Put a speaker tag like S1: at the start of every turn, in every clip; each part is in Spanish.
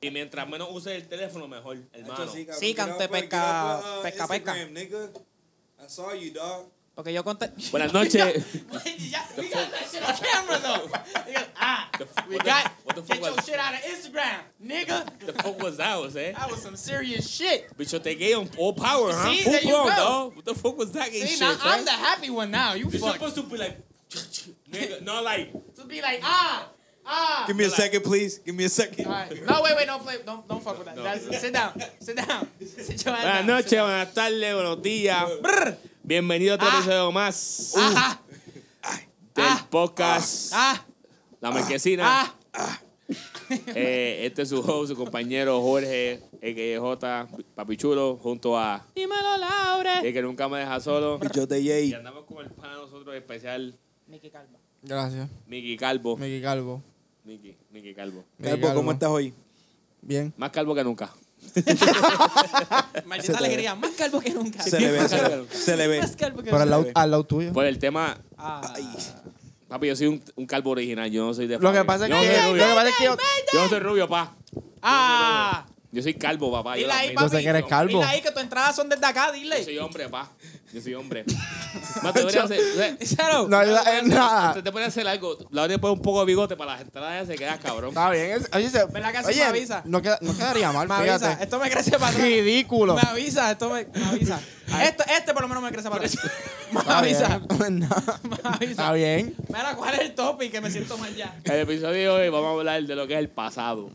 S1: Y mientras menos uses el teléfono, mejor, hermano.
S2: Actually,
S3: Sí,
S2: get
S3: cante
S2: off, uh,
S3: pesca-
S2: get off, uh,
S3: pesca, pesca.
S2: Instagram, nigga. I saw you, dog.
S3: Porque yo conté.
S1: Buenas noches.
S4: yeah, we got that shit on camera though. Nigga, ah, we
S1: what the-
S4: got
S1: what the fuck
S4: get your
S1: was-
S4: shit out of Instagram, nigga.
S1: the fuck was that, was eh?
S4: That was some serious shit.
S1: Bicho, te gave him all power, huh?
S4: See,
S1: Full
S4: there you
S1: blown,
S4: go.
S1: dog. What the fuck was that gay
S4: See,
S1: shit,
S4: now I'm
S1: eh?
S4: the happy one now. You
S1: You're
S4: fuck
S1: supposed to be like, nigga, not like,
S4: to be like ah ah.
S2: Give me a second, please. Give me a second.
S4: All right. No, wait, wait, don't play, don't, don't fuck with that. That's- Sit down, sit down, sit your ass
S1: buenas
S4: down.
S1: noches, buenas tardes, buenos días. Brr. Bienvenido a otro
S4: Ah.
S1: episodio más
S4: Ah,
S1: del
S4: Ah.
S1: podcast
S4: ah,
S1: La Marquesina.
S4: ah.
S1: Eh, este es su host, su compañero Jorge, EKJ, Papichulo, junto a
S4: Dímelo,
S3: Eh.
S4: Laure.
S1: el que nunca me deja solo.
S2: Y yo te
S1: Y
S2: yay.
S1: andamos con el pana nosotros especial,
S4: Mickey calma.
S3: Gracias.
S1: Miki Calvo.
S3: Miki Calvo.
S1: Miki, Miki Calvo.
S3: pues,
S2: Calvo, pues, ¿cómo estás hoy?
S3: Bien.
S1: Más calvo que nunca.
S2: Se
S4: Maldita
S2: te
S4: alegría, más calvo que nunca.
S2: Se le ve, se le- se le ve.
S4: Más calvo que
S3: Pero al lado,
S2: bebé.
S3: al lado tuyo.
S1: Por el tema,
S4: Ah.
S2: Ay.
S1: papi, yo soy un, un calvo original, yo no soy de
S3: Lo que
S1: Fabio.
S3: pasa es
S1: yo no
S3: que,
S1: soy
S3: lo
S1: rubio.
S3: que, pasa es que yo.
S1: Yo no soy rubio, pa.
S4: Ah.
S1: Yo soy calvo, papá. Yo,
S4: Dile ahí,
S1: también.
S3: Yo sé que eres calvo.
S4: Dile ahí que tus entradas son desde acá,
S1: Yo
S4: dile.
S1: soy hombre, pa. Yo soy hombre. No, te deberías hacer. o sea,
S4: Díselo.
S3: No ayuda en
S1: te-
S3: eh, nada.
S1: Te puede hacer algo. La hora poner un poco de bigote para las entradas se quedas cabrón.
S3: Está bien. es- Oye, se,
S4: ¿Verdad que así me
S3: oye
S4: avisa?
S3: no, queda- no quedaría mal,
S4: Me avisa,
S3: fíjate.
S4: esto me crece para atrás.
S3: Ridículo.
S4: Me avisa, esto me, me avisa. Esto, este por lo menos me crece para atrás. Me
S3: Está
S4: avisa,
S3: bien. No.
S4: me
S3: Está
S4: avisa.
S3: bien.
S4: Mira, ¿cuál es el topic que me siento mal ya?
S1: El episodio de hoy vamos a hablar de lo que es el pasado.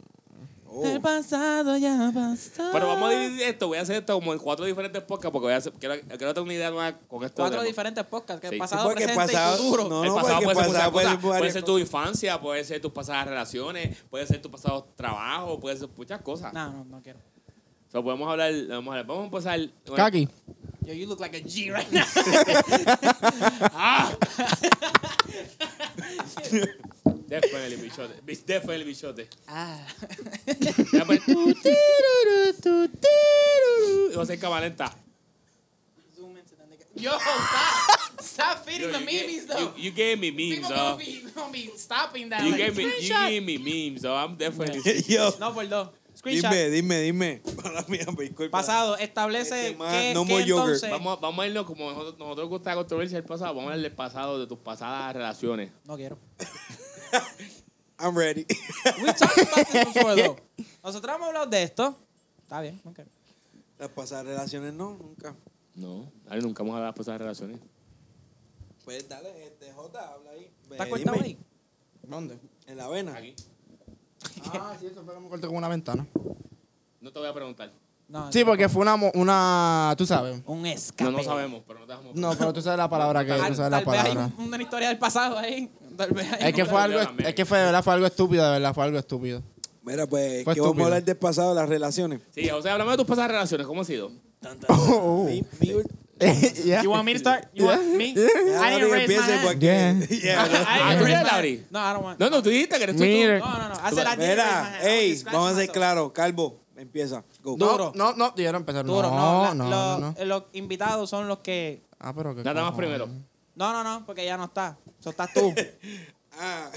S2: Oh.
S4: pasado ya pasado.
S1: Pero vamos a dividir esto. Voy a hacer esto como en cuatro diferentes podcasts porque voy a hacer, quiero, quiero tener una idea nueva con esto.
S4: Cuatro
S1: de-
S4: diferentes podcasts, que
S1: Sí.
S4: pasado,
S2: Porque
S4: presente
S2: pasado-
S4: y futuro.
S2: no.
S1: el pasado
S2: porque
S1: puede ser muchas
S2: pasado puede
S1: cosas.
S2: ser varias
S1: Puede ser tu infancia, puede ser tus pasadas relaciones, puede ser tu pasado trabajo, puede ser muchas cosas.
S4: No, no, no quiero.
S1: O sea, podemos hablar, vamos a hablar. Vamos a empezar. bueno,
S3: Kaki.
S4: Yo, you look like a G right now.
S1: Definitely bichote. Bitch, Definitely bichote.
S4: Ah.
S1: Ya, pues. José Cavalenta.
S4: Zoom into that nigga. Yo, stop. stop
S1: Yo,
S4: feeding the
S1: You
S4: memes,
S1: gave-
S4: though.
S1: you- you gave me memes,
S4: People
S1: though.
S4: don't be, don't be stopping that.
S1: You
S4: like,
S1: gave me, you
S4: screenshot.
S1: gave me memes, though. I'm definitely.
S2: Yo.
S4: No, por dos. Screenshot.
S2: Dime, dime, dime. Para mí, disculpa.
S4: Pasado, establece
S2: Este man,
S4: que,
S2: no
S4: que
S2: more yogurt.
S4: entonces...
S1: Vamos, a- vamos a irnos como nosotros, nosotros gusta controversia el pasado. Vamos a hablar del pasado, de tus pasadas relaciones.
S4: No quiero.
S2: I'm ready.
S4: We talked about this before, though. Nosotros hemos hablado de esto. Está bien, ok.
S2: Las pasadas relaciones no, nunca.
S1: No, dale, nunca hemos hablado de las pasadas relaciones.
S2: Pues dale, este J, habla ahí.
S4: ¿Está
S2: Eh,
S4: cortado
S2: dime,
S4: ahí?
S3: ¿Dónde?
S2: En la vena.
S1: Aquí.
S3: Ah, sí, eso fue como corté con una ventana.
S4: Ah,
S1: No te voy a preguntar.
S4: No,
S3: Sí, porque fue una, mo- una tú sabes.
S4: un escape.
S1: No, no sabemos, pero no te dejamos.
S3: No, pero tú sabes la palabra que
S4: Tal,
S3: tú
S4: tal
S3: sabes la
S4: vez hay
S3: palabra.
S4: un- una historia del pasado ahí. Tal vez hay
S3: Es que
S4: una-
S3: fue algo, es que fue de verdad fue algo estúpido, de verdad fue algo estúpido.
S2: Mira, pues,
S3: Fue
S2: que vamos
S3: estúpido.
S2: a hablar del pasado, las relaciones.
S1: Sí, José, háblame de tus pasadas relaciones. ¿Cómo ha sido?
S3: Oh.
S2: Mi- mi ult-
S3: Yeah.
S4: You want me to start? You want me? I
S2: Ya,
S4: didn't
S2: Lauri,
S4: raise my
S2: empiece,
S4: hand.
S2: porque- Yeah, bro.
S4: I didn't
S1: Ah, ¿tú
S4: raise
S1: eres
S4: my
S1: Lauri?
S4: hand. No, I don't want.
S1: No, no, tú dijiste que eres tú,
S3: Mira.
S1: tú.
S4: No, no, no. I said I didn't raise my
S2: Mira,
S4: hand. I
S2: hey,
S4: was
S2: vamos a ser
S4: scratching
S2: claros. Calvo, empieza. Go.
S4: myself.
S3: No,
S4: Duro.
S3: no, no, yo no empezar.
S4: Duro,
S3: no,
S4: no, la-
S3: no, no,
S4: los-
S3: no.
S4: eh, Los invitados son los que.
S3: Ah, pero que
S1: Nada más primero.
S4: No, no, no, porque ya no está. Eso estás tú.
S2: Ah,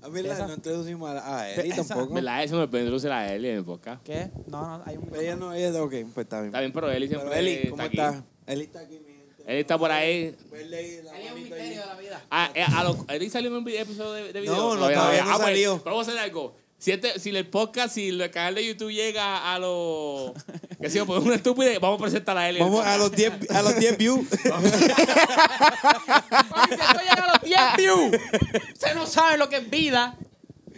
S2: a ver,
S4: Esa.
S2: no introducimos a la. Ah, Eli
S4: Esa.
S2: tampoco.
S1: ¿Verdad? Eso me produce la Eli en el podcast.
S4: ¿Qué? No, no, hay un.
S2: Pero Ella no, ella, ok, pues está bien.
S1: Está bien, pero Eli siempre
S2: Pero Eli, ¿cómo
S1: está aquí.
S2: está? Eli está aquí, mi gente.
S1: Eli está por ahí.
S2: Verle ahí la manito ahí.
S4: la vida.
S1: Ah, eh, a lo- Eli salió en un video- episodio de, de video.
S2: No, no, todavía no
S1: Ah, pues,
S2: salió.
S1: pero vamos a hacer algo. Si, este, si el podcast, si el canal de YouTube llega a los... Que si pues una estúpida, vamos a presentar a Eli.
S2: Vamos a los 10 a los 10 views.
S4: Papi, si esto llega a los 10 views, ustedes no saben lo que es vida.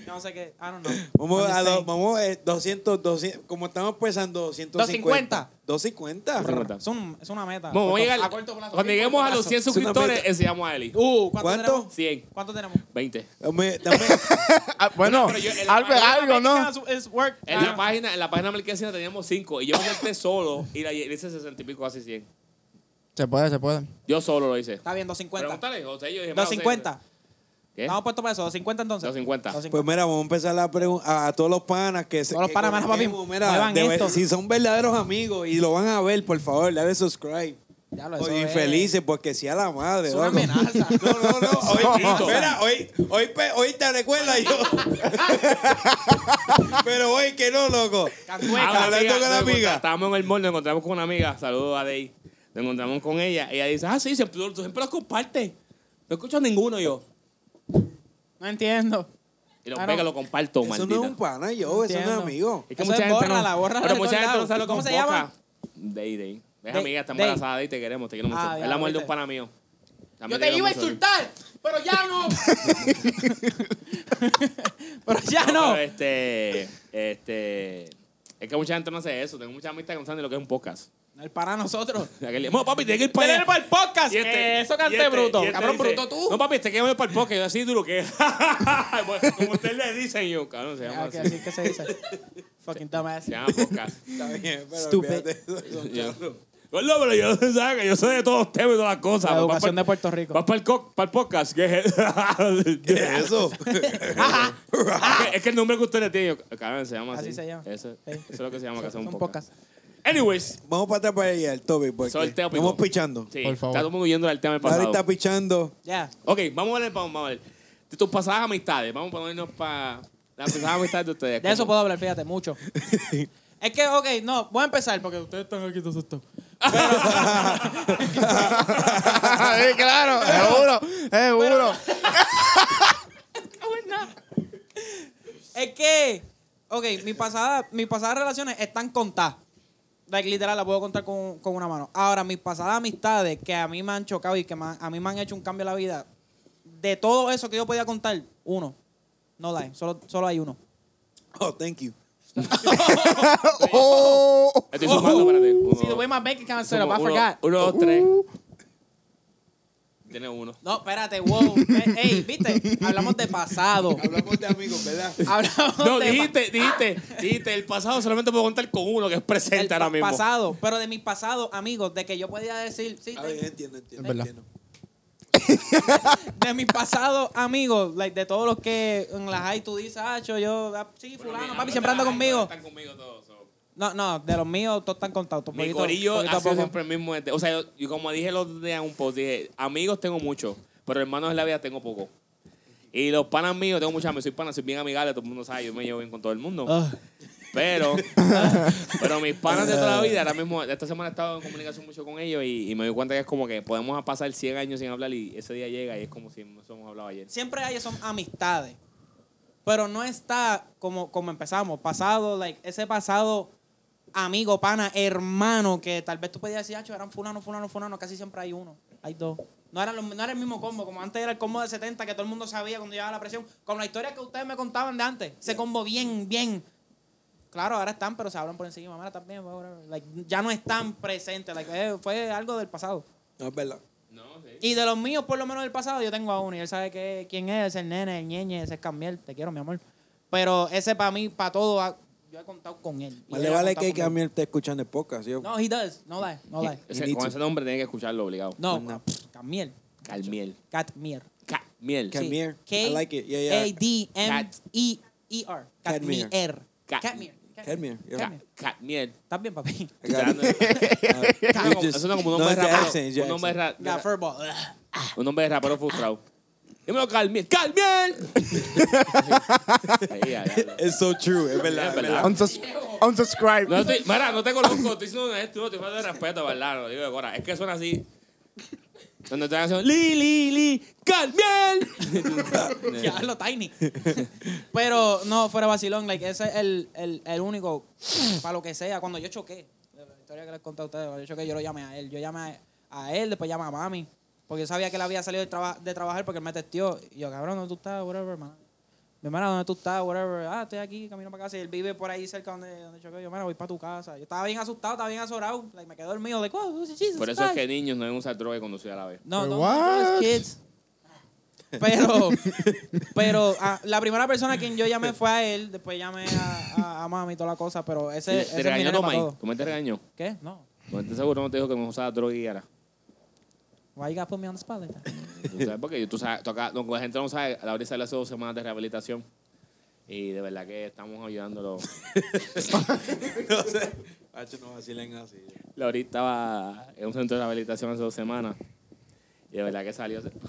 S4: No sé qué. I don't know.
S2: Vamos a
S4: I'm just
S2: los
S4: saying.
S2: vamos eh, 200 200 como estamos pensando 250. 250.
S4: Es, un- es una meta.
S1: Vamos, vamos a llegar...
S4: a corto plazo.
S1: cuando lleguemos a los 100
S2: Es una
S1: suscriptores,
S2: meta.
S1: enseñamos a Eli.
S4: Uh, ¿cuánto,
S2: ¿Cuánto?
S4: tenemos?
S1: 100,
S4: ¿Cuánto tenemos?
S1: 20.
S2: Dame, dame.
S3: Ah, bueno,
S1: pero yo- el-
S3: algo, algo, ¿no?
S4: Americans is work.
S1: En
S4: Ah,
S1: la página, en la página marquesina teníamos 5 y yo me senté solo y la Eli hice 60 y pico, casi 100.
S3: Se puede, se puede.
S1: Yo solo lo hice.
S4: Está bien, 250.
S1: Pregúntale, José. Yo dije, mira, José,
S4: 250.
S1: ¿Qué?
S4: Estamos puestos para eso. 250 entonces.
S1: 250.
S2: Pues mira, vamos a empezar la pregun- a, a todos los panas que se
S4: Todos los
S2: que
S4: panas, mano, papi,
S2: conectemos, mira,
S4: muevan
S2: de ver-
S4: esto.
S2: si son verdaderos amigos y lo van a ver, por favor, dale subscribe.
S4: Ya lo eso
S2: Oye,
S4: es-
S2: infelices, porque sí a la madre.
S4: Es una
S2: loco.
S4: amenaza.
S2: No, no, no. Hoy,
S1: Maldito.
S2: mira, hoy, hoy, pe- hoy te recuerda yo. Pero hoy que no, loco.
S1: Ah, una
S2: Hablando con la
S1: nos
S2: amiga.
S1: encontra- Estábamos en el mall, nos encontramos con una amiga. Saludos a Dey. Nos encontramos con ella. Ella dice, ah, sí, siempre, tú siempre los compartes. No escucho a ninguno yo.
S4: No entiendo.
S1: Y los
S4: Ah, no.
S1: pega, lo comparto,
S2: Eso
S1: Oh, maldita.
S2: no es un pana, yo. Eso no es
S4: Entiendo.
S2: amigo.
S1: Es que
S4: Eso
S1: mucha
S4: es
S1: gente
S4: bórrala,
S1: no,
S4: bórrala
S1: Pero
S4: de
S1: mucha
S4: todos
S1: gente no
S4: lados.
S1: sabe lo que
S4: ¿Cómo se llama?
S1: Day, Day. Es
S4: Day,
S1: amiga, está
S4: Day.
S1: embarazada y te queremos, te quiero mucho.
S4: Ah,
S1: es
S4: ya,
S1: la mujer de un
S4: viste.
S1: pana mío.
S4: Yo
S1: También
S4: te
S1: quiero
S4: iba a
S1: mucho.
S4: insultar, pero ya no. pero
S1: No,
S4: ya Ah, no.
S1: pero este, este... Es que mucha gente no hace eso. Tengo mucha amistad que no saben de lo que es un podcast.
S4: El para nosotros.
S1: Aquel día, No, papi, tienes que ir para allá".
S4: Tener para el
S1: Pues,
S4: podcast.
S1: Y este-
S4: Eh, Eso
S1: y
S4: canté
S1: este-
S4: bruto.
S1: y este
S4: Cabrón
S1: dice,
S4: bruto tú.
S1: No, papi, este que me para el podcast. Yo así duro que. Como ustedes le dicen yo, cabrón, se llama
S4: Ah, ok,
S1: así.
S4: así que se dice. Fucking dumbass.
S1: Se llama podcast.
S2: Está bien, pero
S4: Stupid.
S2: olvídate de eso.
S1: Yo- Gordo, pero yo, ¿sabes? que Yo soy de todos los temas y todas las cosas.
S4: La
S1: Vas
S4: educación
S1: pa'l-
S4: de Puerto Rico.
S1: Vas para el, co- para el podcast. ¿Qué es
S2: ¿Qué es eso?
S1: Es que- es que el nombre que ustedes tienen, yo, cabrón, se llama así.
S4: Así se llama.
S1: Eso,
S4: Sí.
S1: eso es lo que se llama que hacer
S4: Son
S1: un podcast.
S4: pocas.
S1: Anyways,
S2: Vamos para atrás para allá, el Toby, porque
S1: Sorteo, pico.
S2: estamos pichando.
S1: sí,
S3: Por
S1: está
S3: favor.
S1: todo el mundo huyendo del tema del
S2: Larry
S1: pasado.
S2: está pichando.
S4: Ya.
S1: Ok, vamos a ver, vamos, vamos a ver. De tus pasadas amistades, vamos a ponernos para las pasadas amistades de ustedes.
S4: De eso
S1: ¿Cómo?
S4: puedo hablar, fíjate, mucho. es que, ok, no, voy a empezar porque ustedes están aquí todos estos.
S3: sí, claro, seguro, seguro.
S4: Es que, ok, mi pasada, mis pasadas relaciones están contadas. Like, literal, la puedo contar con, con una mano. Ahora, mis pasadas amistades que a mí me han chocado y que me han- a mí me han hecho un cambio en la vida, de todo eso que yo podía contar, uno. No lie, solo, solo hay uno.
S2: Oh, thank you.
S3: Oh,
S1: Estoy sumando, espérate. Uno,
S4: See, the way my bank account set up, I
S1: uno,
S4: forgot.
S1: uno, dos, tres. Tiene uno.
S4: No, espérate, wow. Eh, Ey, viste, hablamos de pasado.
S2: Hablamos de amigos, ¿verdad?
S4: Hablamos
S1: No,
S4: de pa-
S1: dijiste, dijiste, dijiste, el pasado solamente puedo contar con uno que es
S4: del
S1: presente ahora
S4: pa-
S1: mismo.
S4: pasado, pero de mis pasados amigos, de que yo podía decir, sí,
S2: Ah,
S4: de-
S2: bien, entiendo, entiendo.
S3: Es verdad.
S2: entiendo.
S4: de mis pasados amigos, like, de todos los que en la high tú dices, ah, yo, yo, ah, sí,
S1: Bueno,
S4: fulano,
S1: mira,
S4: papi, siempre anda
S1: ahora
S4: conmigo.
S1: Están conmigo todos. so.
S4: No, no, de los míos todos están contados. todos
S1: Mi
S4: poquito-
S1: corillo
S4: poquito a
S1: ha sido
S4: poco.
S1: siempre el mismo. este. O sea, yo, yo como dije el otro día en un post, dije, amigos tengo muchos, pero hermanos en la vida tengo poco. Y los panas míos, tengo muchos amigos, soy pana, soy bien amigable, todo el mundo sabe, yo me llevo bien con todo el mundo.
S4: Ah.
S1: Pero, pero mis panas de toda la vida, ahora mismo, esta semana he estado en comunicación mucho con ellos y, y me doy cuenta que es como que podemos pasar 100 años sin hablar y ese día llega y es como si no hemos hablado ayer.
S4: Siempre hay son amistades. Pero no está como, como empezamos, pasado, like, ese pasado amigo, pana, hermano, que tal vez tú podías decir, "Acho, eran fulano, fulano, fulano, casi siempre hay uno, hay dos. No era, no era el mismo combo, como antes era el combo de 70 que todo el mundo sabía cuando llegaba la presión, con la historia que ustedes me contaban de antes, ese combo bien, bien. Claro, ahora están, pero se hablan por encima, ahora también, ahora, like, ya no están presentes, like, eh, fue algo del pasado.
S2: No, es verdad.
S1: No, sí.
S4: Y de los míos, por lo menos del pasado, yo tengo a uno. Y él sabe que, quién es, ese es el nene, el ñeñe, ese es Camiel. Te quiero, mi amor. Pero ese para mí, para todo, ah, yo he contado con él. Y
S2: Más
S4: él
S2: le
S4: ha
S2: vale
S4: contado
S2: que
S4: conmigo.
S2: Camille esté escuchando el podcast. Yo,
S4: No, he does. No lie, no lie.
S1: Ese-
S2: Inito.
S1: con ese nombre tienen que escucharlo obligado.
S4: No,
S2: Pues No.
S4: Camiel.
S1: Calmiel.
S4: Catmier.
S1: Ca- miel.
S2: Cal- Catmier. I like it. Yeah, yeah.
S4: E K-A-D-M-E-E-R.
S2: Cat-
S4: Catmier.
S1: Cat-
S4: Catmier.
S2: Catmier. yo.
S1: Ca- Catmiel.
S4: ¿Estás bien, papi?
S2: I got it.
S1: Suena
S2: You
S1: como-
S2: just-
S1: suena como un
S2: no,
S1: nombre
S2: it's the
S1: rapero.
S2: accent, it's the
S1: Un nombre
S2: accent.
S1: ra-
S4: La
S1: ra-
S4: furball.
S1: un nombre de rapero frustrado. Dímelo, Carmiel. ¡Carmiel! Ahí, ahí, ahí.
S2: It's so true, es verdad,
S1: Es verdad.
S2: es verdad.
S3: unsus- unsubscribe.
S1: No estoy, mira, no te conozco, estoy diciendo esto, no te falta de respeto, ¿verdad? Lo digo de cora. Es que suena así. Donde están haciendo Li, Li, Li, Carmiel.
S4: Ya lo tiny. Pero no, fuera vacilón, like, ese es el, el, el único, para lo que sea, cuando yo choqué, la historia que les conté a ustedes, cuando yo choqué, yo lo llamé a él. Yo llamé a, a él, después llamé a mami, porque yo sabía que él había salido de, traba- de trabajar porque él me testió. Y yo, cabrón, ¿dónde tú estás? Whatever, hermano. Mi hermana, ¿dónde tú estás? Whatever. Ah, estoy aquí, camino para casa. Y él vive por ahí cerca donde, donde choqué. Yo, mira, voy para tu casa. Yo estaba bien asustado, estaba bien azorado. Like, me quedé dormido. Like, oh, Jesus
S1: Por eso es
S4: Christ.
S1: que niños no deben usar droga y conducir a la vez.
S4: No,
S3: Pero
S4: no,
S3: what?
S4: no, es kids. Pero, pero ah, la primera persona a quien yo llamé fue a él, después llamé a, a- a mami y toda la cosa, pero ese,
S1: ¿Te-
S4: ese
S1: ¿Te
S4: es mi
S1: regañó
S4: nene para
S1: Tomay?
S4: todo.
S1: ¿Cómo te regañó?
S4: ¿Qué? No.
S1: Tomás, te este seguro no te dijo que me usaba droga y era.
S4: Why you gotta put me on the spot like that?
S1: ¿Tú sabes? Porque tú sabes, tú acá- no, la gente no sabe, la sale hace dos semanas de rehabilitación. Y de verdad que estamos ayudándolo.
S2: No sé. Hacho, no vacilen así.
S1: Lori estaba en un centro de rehabilitación hace dos semanas. Y de verdad que salió.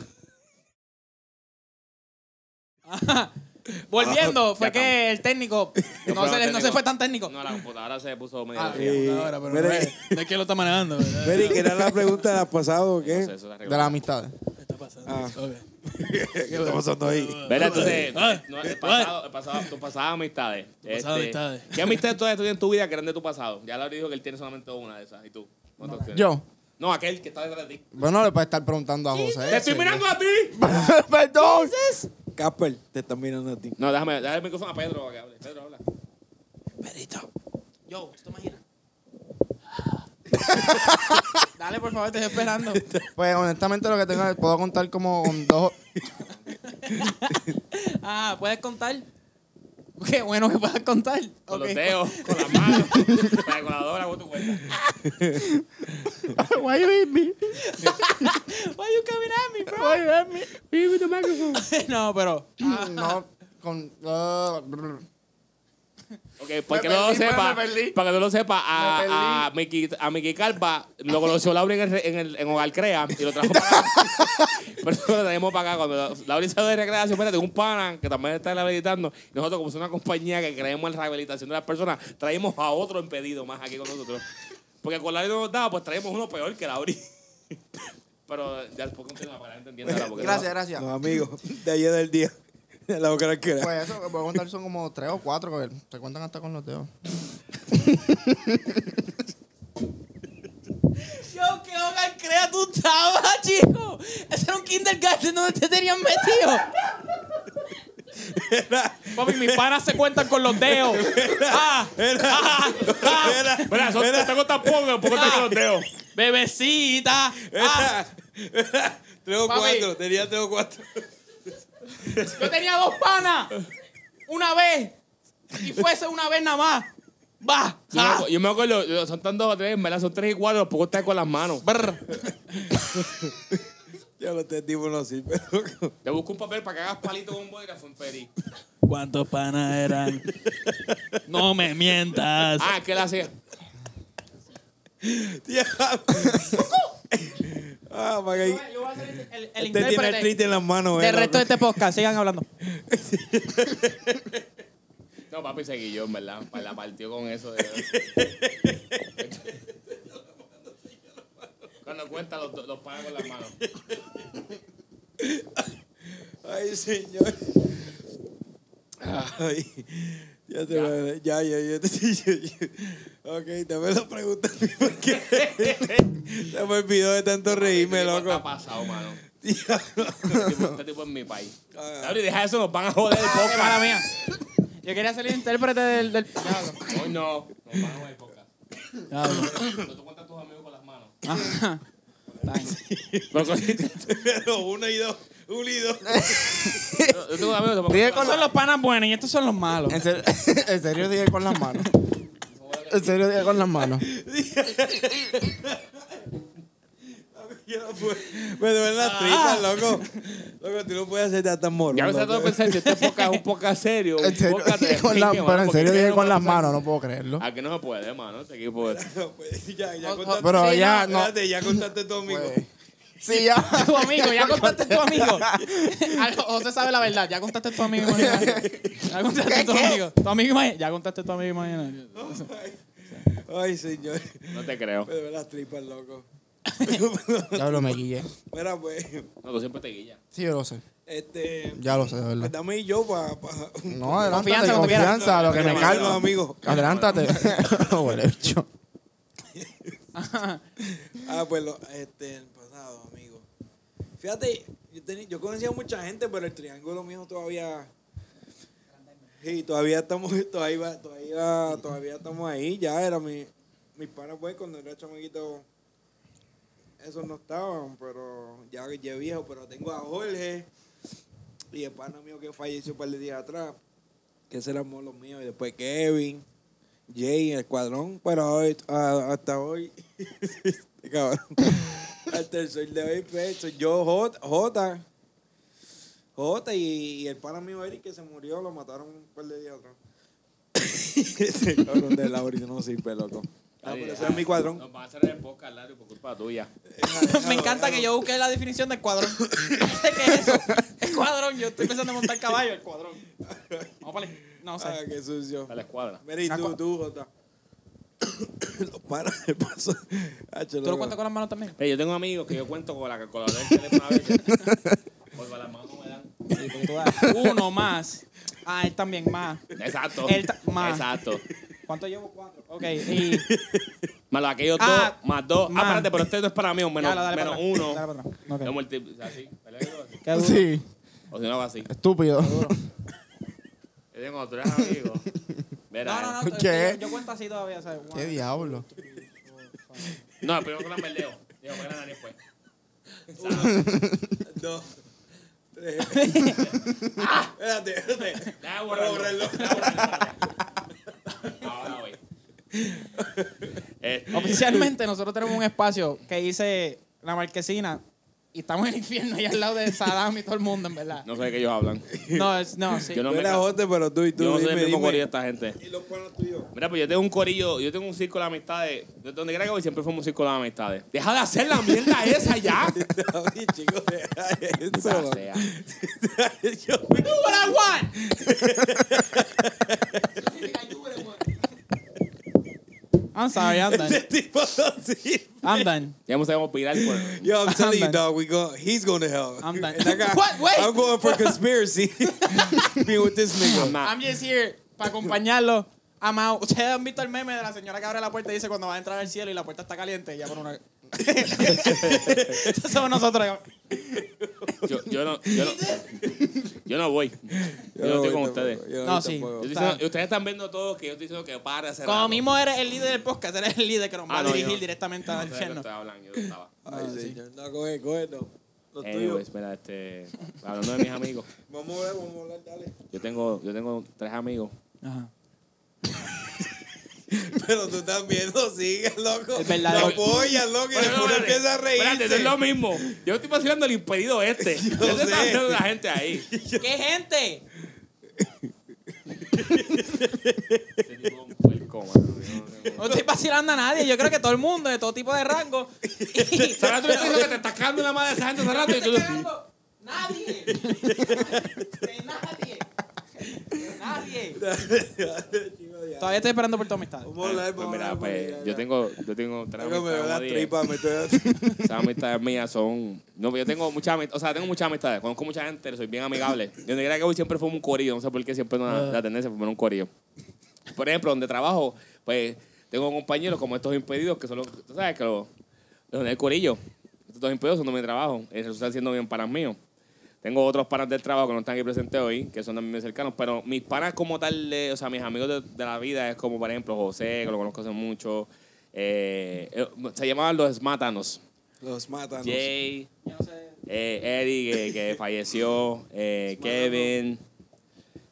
S4: Volviendo, fue que el técnico
S1: No
S4: no,
S1: fue
S4: se, le- no
S1: técnico.
S4: se fue tan Ah, técnico.
S1: No, la computadora se puso medio.
S4: Ah,
S1: loca.
S2: sí.
S4: ahora, pero no
S2: Mira
S4: es,
S2: que-
S4: no es que lo está manejando. ¿verdad?
S2: Mary, ¿qué era la pregunta de la pasada o qué?
S1: Eso, eso se arregló.
S3: De la amistad.
S4: ¿Qué está pasando?
S2: Ah.
S4: Ok.
S2: ¿Qué está pasando ahí?
S1: ¿Verdad? Entonces,
S4: Ay,
S1: no, el pasado, el pasado, tus pasadas amistades. Este,
S4: pasadas amistades.
S1: ¿Qué amistades tú has tenido en tu vida que eran de tu pasado? Ya Lori dijo que él tiene solamente una de esas. ¿Y tú? ¿Cuántas tienes?
S3: Yo.
S1: No, aquel que está detrás de ti.
S3: Bueno, le puedes estar preguntando a José.
S1: ¡Te estoy mirando a ti!
S3: Perdón.
S2: Casper, te están mirando a ti.
S1: No, déjame, déjame el micrófono a Pedro para que hable. Pedro, habla.
S2: Pedrito.
S4: Yo, ¿tú te imaginas? Dale, por favor, te estoy esperando.
S3: Pues honestamente lo que tengo es, puedo contar como con dos...
S4: Ah, ¿puedes contar? Qué bueno que puedas contar.
S1: Con
S4: Ok.
S1: los dedos, con las manos, con la calculadora, con tu cuenta.
S3: Why you hit me?
S4: Why you coming at me, bro?
S3: Why you hit me? Give me the microphone.
S4: no, pero.
S3: No, con... ah, brr.
S1: Ok, para que
S3: Me
S1: no lo
S3: perdí, pues,
S1: sepa,
S3: me perdí.
S1: para que no lo sepa,
S3: Me perdí.
S1: a, a, Mickey, a Mickey Calva lo conoció Lauri en, el, re- en, el, en Hogar Crea y lo trajo para acá. Pero lo traemos para acá. Cuando Lauri salió de recreación, espérate, tengo un pana que también está rehabilitando. Y Nosotros, como somos una compañía que creemos en la rehabilitación de las personas, traemos a otro impedido más aquí con nosotros. Porque con Lauri no nos daba, pues traemos uno peor que Lauri. Pero ya después continúa para que la gente entienda. ahora, porque
S3: Gracias,
S1: no-
S3: gracias.
S2: Los amigos de ayer del día. De la boca que era.
S3: Pues eso que puedo contar son como tres o cuatro que se cuentan hasta con los dedos.
S4: Yo, qué hogar crea tú estabas, chico. Ese era un kindergarten donde te tenían metido. Papi, mis panas se cuentan con los dedos. Ah, ah, ah,
S2: Era,
S1: Mira, son, tengo tampoco, porque tengo los dedos.
S4: bebecita. Ah,
S2: era. Tres o
S4: Papi.
S2: cuatro, tenía tres o cuatro.
S4: yo tenía dos panas. Una vez. Y fuese una vez nada más. Va.
S1: Yo me acu- Yo me acuerdo, yo- son tan dos o tres, en ¿verdad? Son tres y cuatro, los puedo estar con las manos.
S2: Ya lo entendimos, no sirve. loco.
S1: Te busco un papel para que hagas palito con un bolígrafo en Peri.
S5: ¿Cuántos panas eran? No me mientas.
S1: Ah, ¿qué le hacía?
S2: Ya. Ah, para que.
S4: Yo voy a ser el, el
S2: Este tiene
S4: intérprete
S2: artritis en las manos, eh.
S4: del resto de
S2: loco.
S4: este podcast. Sigan hablando.
S1: No, papi, seguí yo, en verdad. Pa- La partió con eso. De... Cuando cuenta, los, los paga con las manos.
S2: Ay, señor.
S4: Ah.
S2: Ay. Ya te lo. Ya, ya, ya. ya, ya. Ok, dame la pregunta. Porque se me olvidó de tanto reírme,
S1: Este tipo Está
S2: loco.
S1: pasado, mano.
S2: Diablo.
S1: Este tipo, este tipo es mi país. Gabriel, deja eso, nos van a joder el
S4: Qué
S1: podcast.
S4: mala mía. Yo quería ser el intérprete del. del...
S1: Hoy no, nos van a joder el podcast.
S4: Diablo.
S1: Pero tú cuentas a tus amigos con las manos.
S4: Ajá. Está bien.
S1: Pero con- Yo
S2: Pero uno y dos. Uno y dos.
S1: tengo amigos que se ponen
S3: Ríe
S4: Estos
S1: con las
S4: son los panas buenos y estos son los malos.
S3: En serio, en serio dije con las manos. En serio dije con las manos.
S2: Yo no puedo- Me duelen
S4: Ah.
S2: las tripas, loco. Loco, tú no puedes hacerte tan morro.
S1: Ya me todo pensar si este podcast es un podcast serio. un
S3: En serio
S1: podcast de
S3: dije con, las-
S1: pique, mano,
S3: pero en
S1: porque
S3: serio
S1: es que
S3: dije
S1: no
S3: con
S1: puedo
S3: las
S1: pensar-
S3: manos, no puedo creerlo.
S1: Aquí no se puede, mano. Este equipo.
S2: No, pues, ya, ya contaste.
S3: Pero
S4: sí,
S3: ya, no.
S2: Espérate, ya contaste todo, amigo.
S3: Pues, Sí, ya.
S4: Tu amigo, ya contaste tu amigo. Algo- José sabe la verdad, ya contaste tu amigo imaginario. Ya contaste tu amigo. Tu amigo imaginario. Ya contaste tu amigo imaginario.
S3: Pues.
S2: Ay, señor. Pues,
S1: No te creo.
S2: Me duelen las tripas, loco.
S3: Ya lo me guillé.
S2: Mira, pues,
S1: No, tú siempre te guillas.
S3: Sí, yo lo sé.
S2: este.
S3: Ya lo sé, de verdad.
S2: Pues dame y yo para.
S3: No, adelántate,
S4: Confianza,
S3: confianza,
S4: como quieras.
S3: lo que me
S2: los
S3: calma.
S2: amigos.
S3: Adelántate. Huele bicho.
S2: Ah, pues, lo, este, el pasado, amigo. Fíjate, yo, teni- yo conocía a mucha gente, pero el triángulo mío todavía. Sí, todavía estamos, todavía, va- todavía, todavía estamos ahí. Ya era mi, mis panas, pues, cuando era chamaquito, esos no estaban, pero ya, ya viejo, pero tengo a Jorge y el pana mío que falleció un par de días atrás, que ese eran los míos, y después Kevin, Jay, el cuadrón, pero hoy, a- hasta hoy, este cabrón, hasta el sol de hoy, pues, soy yo, J, J, J y, y el pana mío Eric que se murió, lo mataron un par de días atrás. Este cabrón de Lauri no sirve, loco. Ah,
S1: Ay,
S2: pero ese
S1: ya.
S2: es mi cuadrón.
S1: Nos van a hacer el podcast, Larry, por culpa tuya.
S4: Me encanta que yo busque la definición del cuadrón. ¿Qué es eso? El cuadrón. Yo estoy pensando en montar caballo. El cuadrón. Vamos para No
S2: Ah,
S4: sé.
S2: qué sucio.
S1: A la escuadra.
S2: Mira, y tú, tú, Jota. Los panas de paso.
S4: ¿Tú lo cuentas con las manos también?
S1: Ey, yo tengo amigos que yo cuento con la calculadora del teléfono a veces. Porque las manos me dan.
S4: Uno más. Ah, él también más.
S1: Exacto.
S4: El ta- ma.
S1: Exacto.
S4: ¿Cuánto llevo? Cuatro. Ok. Y
S1: Más los aquellos
S4: Ah,
S1: dos, más dos.
S4: ma.
S1: Ah, espérate, pero este no es para mí, un menos,
S4: Ya, dale para
S1: menos
S4: atrás.
S1: uno.
S4: Dale para atrás. Ok.
S1: Yo multiplico así, ¿verdad que lo hago así?
S4: Qué duro.
S3: Sí,
S1: O si no, hago así.
S3: estúpido.
S1: Yo tengo tres amigos.
S4: No,
S1: Verá,
S4: no, no.
S1: eh.
S4: estoy-
S3: ¿Qué?
S4: Yo, yo cuento así todavía, ¿sabes? One,
S3: Qué diablo.
S1: No, el primero que lo han perdido. Digo, para la nariz, pues.
S2: Dos. Tres. Espérate, espérate.
S1: Deja de borrarlo.
S2: Borrarlo.
S1: Deja de borrarlo. Ahora voy. Este,
S4: Oficialmente nosotros tenemos un espacio que dice la marquesina y estamos en el infierno ahí al lado de Saddam y todo el mundo, en verdad.
S1: no sé de qué ellos hablan.
S4: No, es- no, sí.
S1: Yo no
S2: Yo
S1: me
S2: era
S1: ca-
S2: Jota, pero tú y tú.
S1: Yo no soy el
S2: dime,
S1: mismo
S2: dime.
S1: corillo de esta gente.
S2: Y los panos tuyos.
S1: Mira, pues yo tengo un corillo, yo tengo un círculo de amistades. De donde quiera que voy, siempre fuimos un círculo de amistades. Deja de hacer la mierda esa ya.
S2: Ay, chicos, eso.
S1: Maldita sea.
S2: Yo
S4: Do what I want. I'm sorry, I'm
S2: Este
S4: done.
S2: tipo no sirve.
S4: I'm done.
S1: Ya no sabemos pirar por.
S2: Yo, I'm telling you,
S4: done.
S2: dog, we go. He's going to hell.
S4: I'm done.
S2: And I got-
S4: What? Wait.
S2: I'm going for conspiracy. Being with this
S1: I'm
S2: nigga.
S1: not-
S4: I'm just here para acompañarlo. I'm out. Ustedes han visto el meme de la señora que abre la puerta y dice cuando va a entrar al cielo y la puerta está caliente y ya pone una. Eso somos nosotros.
S1: Yo, yo no, yo no, yo no voy. Yo no estoy con ustedes. Yo
S2: Yo
S4: No,
S2: voy
S4: sí.
S2: tampoco.
S1: estoy diciendo- ustedes están viendo todo que yo estoy diciendo que para hacer
S4: Como mismo eres el líder del podcast, eres el líder que nos va
S1: Ah,
S4: a
S1: no,
S4: dirigir
S1: yo-
S4: directamente al infierno.
S1: hablando, yo no estaba.
S2: Ay, señor. No, coge, coge, no. Los
S1: Anyway,
S2: tuyos.
S1: espera, este, hablando de mis amigos,
S2: Vamos a hablar, vamos a hablar, dale.
S1: yo tengo, yo tengo tres amigos.
S4: Ajá.
S2: Pero tú también lo sigues, loco.
S4: Es verdad,
S2: Lo
S4: loco.
S2: apoyas, loco, y después empiezas a
S1: Espérate, no es lo
S2: reírse.
S1: mismo. Yo estoy vacilando el impedido este. Yo
S2: Yo
S1: te
S2: sé.
S1: estaba haciendo la gente ahí.
S4: ¡Qué gente!
S1: Ese tipo es un puerco, mano. Yo no tengo-
S4: No estoy vacilando a nadie. Yo creo que todo el mundo, de todo tipo de rango.
S1: Sara, tú me estás diciendo que te estás cagando la madre de esa gente hace rato y tú-
S4: nadie. De nadie. De nadie. Todavía estoy esperando por tu amistad.
S2: Vamos a hablar,
S1: Pues
S2: vamos a
S1: mira,
S2: hablar.
S1: pues yo tengo, yo tengo tres
S2: Loco, me veo
S1: amistades.
S2: las
S1: como diez.
S2: tripas, me estoy...
S1: Esas amistades mías son. No, yo tengo muchas amistades. O sea, tengo muchas amistades. Conozco mucha gente, soy bien amigable. Yo donde quiera que voy siempre fue un corillo. No sé por qué siempre una- la tendencia fue un corillo. Por ejemplo, donde trabajo, pues tengo compañeros como estos impedidos que son los. ¿Tú sabes que los. Los del corillo. Estos dos impedidos son de mi trabajo. Ellos están siendo bien panas míos. Tengo otros panas del trabajo que no están aquí presentes hoy, que son también mis cercanos, pero mis panas como tal, de- o sea, mis amigos de, de la vida es como, por ejemplo, José, que lo conozco hace mucho, eh, eh, se llamaban los esmátanos.
S2: Los matan.
S1: Jay, eh, Eddie que, que falleció, eh, Kevin,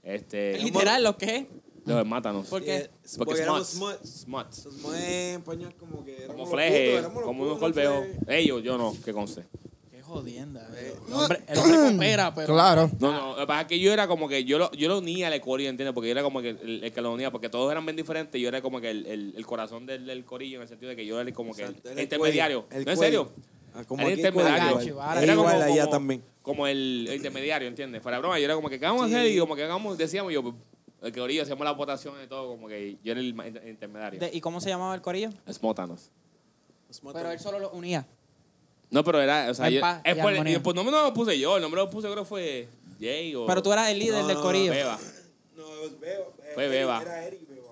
S1: este,
S4: Literal, ¿lo qué?
S1: los mátanos.
S4: ¿Por qué?
S1: Porque
S2: Porque éramos
S1: Smuts.
S2: smuts.
S1: Smuts.
S2: Los smuts en pañal como que... éramos
S1: Como
S2: los
S1: fleje,
S2: putos, éramos los
S1: como
S2: putos,
S1: unos
S2: no sé.
S1: colveos. Ellos, yo no, que conste.
S4: Qué jodienda. El hombre, el hombre pues, coopera, pero.
S3: Claro.
S1: No, no, lo que pasa es que yo era como que, yo lo, yo lo unía al Ecorio, ¿entiendes? Porque yo era como que el, el que lo unía, porque todos eran bien diferentes, yo era como que el, el- el corazón del, del corillo, en el sentido de que yo era como que el,
S2: Exacto, era el
S1: intermediario.
S2: cuello, el
S1: ¿No en serio?
S2: cuello. Ah, como
S1: era
S2: aquí en
S1: intermediario.
S2: Cuba,
S4: igual.
S1: Era
S2: Era
S1: como-
S2: igual allá
S1: como-
S2: también.
S1: Como el, el intermediario, ¿entiendes? Fuera de broma, yo era como que, ¿qué vamos a hacer? Y como que ¿qué vamos, decíamos yo, pues, el que orilla, hacíamos la votación y todo, como que yo era el, ma- inter- intermediario.
S4: De- ¿Y cómo se llamaba el corillo?
S1: Esmótanos.
S2: Los matan.
S4: Pero él solo los unía.
S1: No, pero era, o sea,
S4: En
S1: yo,
S4: paz
S1: es
S4: y
S1: por-
S4: armonía.
S1: y el nombre no lo puse yo, el nombre lo puse creo que fue Jay o...
S4: Pero tú eras el líder
S2: No,
S4: del
S2: no,
S4: corillo.
S1: Beba,
S2: No, los beba. eh,
S1: Fue
S2: Eric,
S1: Beba.
S2: Era Eric Beba.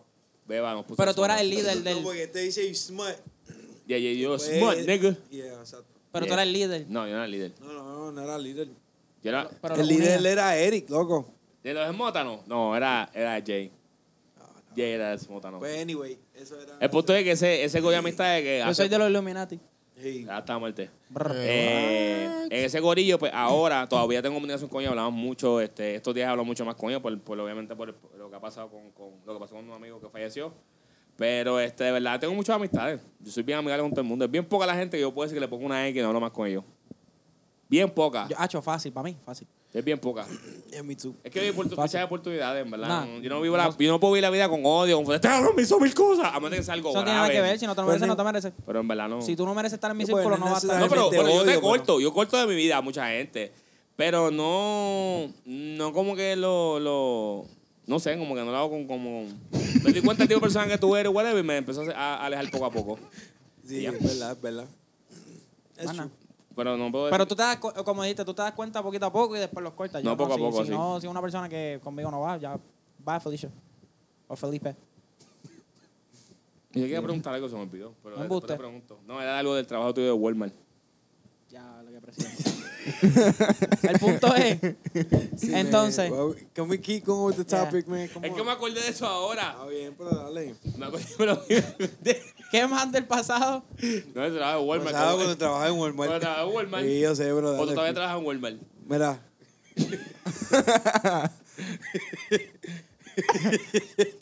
S1: Beba nos puso
S4: Pero tú eras el
S1: Smotanos.
S4: líder Pues,
S2: No,
S4: del.
S2: porque te dice you smut.
S1: Yeah, yeah, yo,
S2: Fue-
S1: smart, nigga.
S4: eh,
S2: Yeah, exacto.
S4: Pero tú
S1: Yeah.
S4: eras el líder.
S1: No, yo no era el líder.
S2: No, no, no, no era el líder.
S1: Yo era,
S4: Pero
S2: el
S4: los unía.
S2: líder era Eric, loco.
S1: ¿De los esmótanos? No, era, era Jay.
S4: Ah,
S2: No, no.
S1: Jay era esmótano.
S2: Pues anyway, eso era.
S1: el punto es que ese, ese corillo de amistad es que...
S4: Yo soy de los Illuminati.
S2: Hey.
S1: Ya está muerte.
S4: Brr.
S1: Eh, en ese gorillo, pues ahora todavía tengo comunicación con ellos, hablamos mucho, este, estos días hablamos mucho más con ellos, por, por, obviamente por, por lo que ha pasado con, con- lo que pasó con un amigo que falleció. Pero este, de verdad tengo muchas amistades. Yo soy bien amigable con todo el mundo. Es bien poca la gente que yo puedo decir que le pongo una X y no hablo más con ellos. Bien poca.
S4: Yo, hacho, fácil, para mí, fácil.
S1: Es bien poca.
S2: Yeah, me too.
S1: Es que hay oportu-
S4: Fácil.
S1: muchas oportunidades, en ¿verdad?
S4: Nah.
S1: No, yo, no vivo la, yo no puedo vivir la vida con odio, con "Este cabrón me hizo mil cosas. A menos que sea algo
S4: Eso no tiene nada
S1: Oh, grave.
S4: que ver. Si no te
S2: Pero
S4: lo mereces,
S2: no-
S4: no te mereces.
S1: Pero en verdad no.
S4: Si tú no mereces estar en mi
S2: Sí, pues,
S4: círculo,
S2: no
S4: no vas a estar.
S1: No, pero,
S2: Realmente
S1: pero yo
S2: odio,
S1: te
S2: pero-
S1: corto, yo corto de mi vida a mucha gente. Pero no, no como que lo, lo- no sé, como que no lo hago con, como, me di cuenta del tipo de persona que tú eres, whatever, y me empezó a, a alejar poco a poco.
S2: Sí,
S1: Yeah.
S2: es verdad, es verdad. Es
S4: Mana.
S2: true.
S1: Pero no puedo
S4: Pero
S1: decir,
S4: tú te das, cu- como dijiste, tú te das cuenta poquito a poco y después los cortas.
S1: No,
S4: Yo
S1: poco a
S4: si-
S1: poco,
S4: Si
S1: sí.
S4: no, si una persona que conmigo no va, ya va Felicia. O Felipe.
S1: yo quería preguntar algo, se me olvidó. Pero
S4: Un
S1: después te
S4: embuste.
S1: pregunto. No, era algo del trabajo tuyo de Walmart.
S4: Ya, lo que presidente. El punto es.
S2: Sí, man.
S4: entonces.
S2: Well, can we keep going with the
S4: Yeah.
S2: este topic, man? Come
S1: Es que
S2: on.
S1: me acordé de eso ahora.
S2: Está bien, pero dale.
S1: Me acordé, pero... no,
S4: ¿Qué más del pasado?
S1: el trabajo de Walmart.
S2: Pasaba
S1: como-
S2: cuando trabajaba en Walmart.
S1: Cuando trabajaba en Walmart.
S2: Sí, yo sé, bro.
S1: O tú
S2: dale.
S1: todavía trabajas en Walmart.
S2: Mira.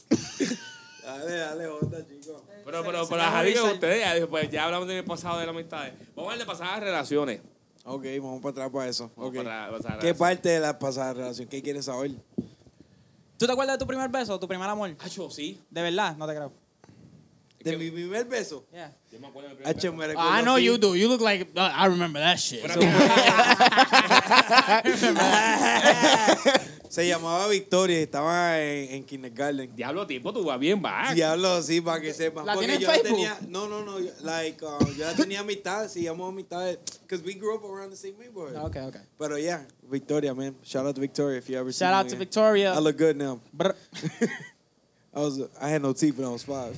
S2: dale, dale, jota, chico.
S1: Pero, pero,
S4: se
S1: pero,
S4: la
S1: ajá, digo,
S4: revisar.
S1: ustedes, ya, pues, ya hablamos de mi pasado de las amistades. Vamos a hablar de pasadas relaciones.
S2: Ok, vamos para atrás para eso.
S1: Vamos
S2: ok.
S1: para atrás, para
S2: ¿Qué
S1: atrás.
S2: parte de la pasada relación? ¿Qué quieres saber?
S4: ¿Tú te acuerdas de tu primer beso, tu primer amor?
S1: Hacho, sí.
S4: De verdad, no te creo.
S2: ¿De mi primer beso?
S4: Yeah.
S1: Yo me acuerdo de mi primer
S2: Hacho,
S1: beso.
S2: me recuerdo
S4: Ah,
S5: I know
S2: a ti.
S5: Ah, you do. You look like uh, I remember that shit.
S1: Bueno,
S5: So-
S2: Se llamaba Victoria y estaba en, en kindergarten.
S1: Diablo, tipo, tú vas bien, vas.
S2: Diablo, sí, para que sepan.
S4: Ah, ¿La
S2: Porque
S4: tiene en
S2: yo
S4: Facebook?
S2: tenía, no, no, no, yo- like, uh, yo la tenía a mitad, sí, llamó a mitad, because we grew up around the same neighborhood.
S5: Ah,
S4: Ok, ok.
S2: Pero yeah, Victoria, man. Shout out to Victoria if you ever see
S4: Shout out
S2: me
S4: to
S2: again.
S4: Victoria.
S2: I look good now.
S4: Brr.
S2: I was I had no teeth when I was five.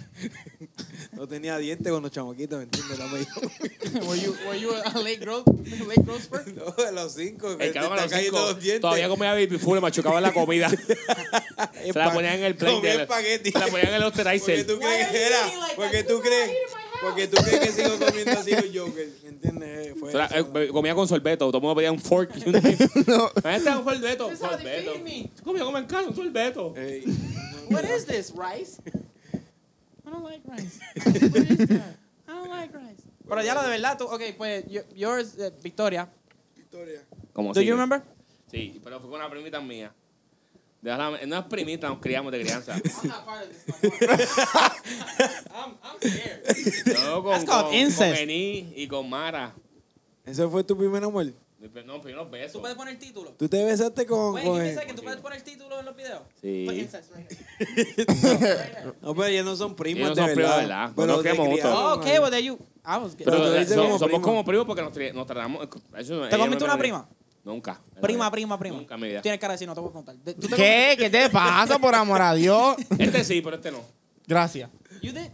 S2: no tenía dientes cuando chamaquito, ¿me entiendes? La mayor-
S5: were you were you a late growth late growth spurt?
S2: no, a los cinco. que
S1: El
S2: te
S1: cabrón a
S2: este está
S1: los
S2: cayendo
S1: cinco
S2: los dientes.
S1: todavía comía baby food, le machucaba la comida. se
S2: se
S1: la ponían en el plate.
S2: Comía
S1: de-
S2: espagueti.
S1: Se la ponían en el
S2: Porque
S1: Osterizer.
S2: tú crees que era. Porque tú crees. Porque tú crees que sigo comiendo así los yogurt. ¿me ¿Entiendes? Eh, Fue
S1: Se la-
S2: eso,
S1: eh,
S2: ¿no?
S1: be- comía con sorbeto. Todo el mundo pedía un fork y un knife. Ahí está un sorbeto. Sorbeto. Tú comías como en casa, un sorbeto.
S2: Ey, no,
S4: What
S2: no.
S4: is this, rice? I don't like rice. What is that? I don't like rice. Pero ya lo de verdad, tú, ok, pues, yo- yours, eh, Victoria.
S2: Victoria.
S1: Como
S4: Do
S1: sigue.
S4: you remember?
S1: Sí, pero fue con una primita mía. De la- en unas primitas nos criamos de crianza.
S4: I'm not part of this. I'm, I'm scared.
S1: Yo con,
S4: That's called
S1: con, con
S4: incest.
S1: Ení y con Mara.
S2: ¿Ese fue tu primer amor?
S1: No, primeros
S4: Tú
S1: besos.
S4: puedes poner el título.
S2: ¿Tú te besaste con.?
S4: Wait,
S2: con
S4: give me a
S2: él?
S4: second. ¿Tú puedes poner el título en los videos?
S1: Sí.
S4: Put incest right here.
S2: No, pero ellos no son primas,
S1: Ellos
S2: de
S1: no son primas,
S2: verdad.
S1: ¿verdad? No nos
S2: se
S1: criamos juntos.
S2: criaron
S4: Oh,
S2: ahí.
S4: okay, well, there you... I was
S1: Pero
S2: Pero tú
S1: la-
S2: dices
S1: so-
S2: como
S1: somos
S2: primo.
S1: como primos porque nos, tri- nos tratamos. eso no- ella
S4: ¿Te comiste
S1: no me-
S4: una prima?
S1: Nunca.
S4: Prima, prima, prima.
S1: Nunca en mi vida.
S4: Tienes cara así, no te voy a contar. De- ¿Tú te
S3: ¿Qué? ¿Qué te pasa, por amor a Dios?
S1: Este sí, pero este no.
S3: Gracias.
S4: You did?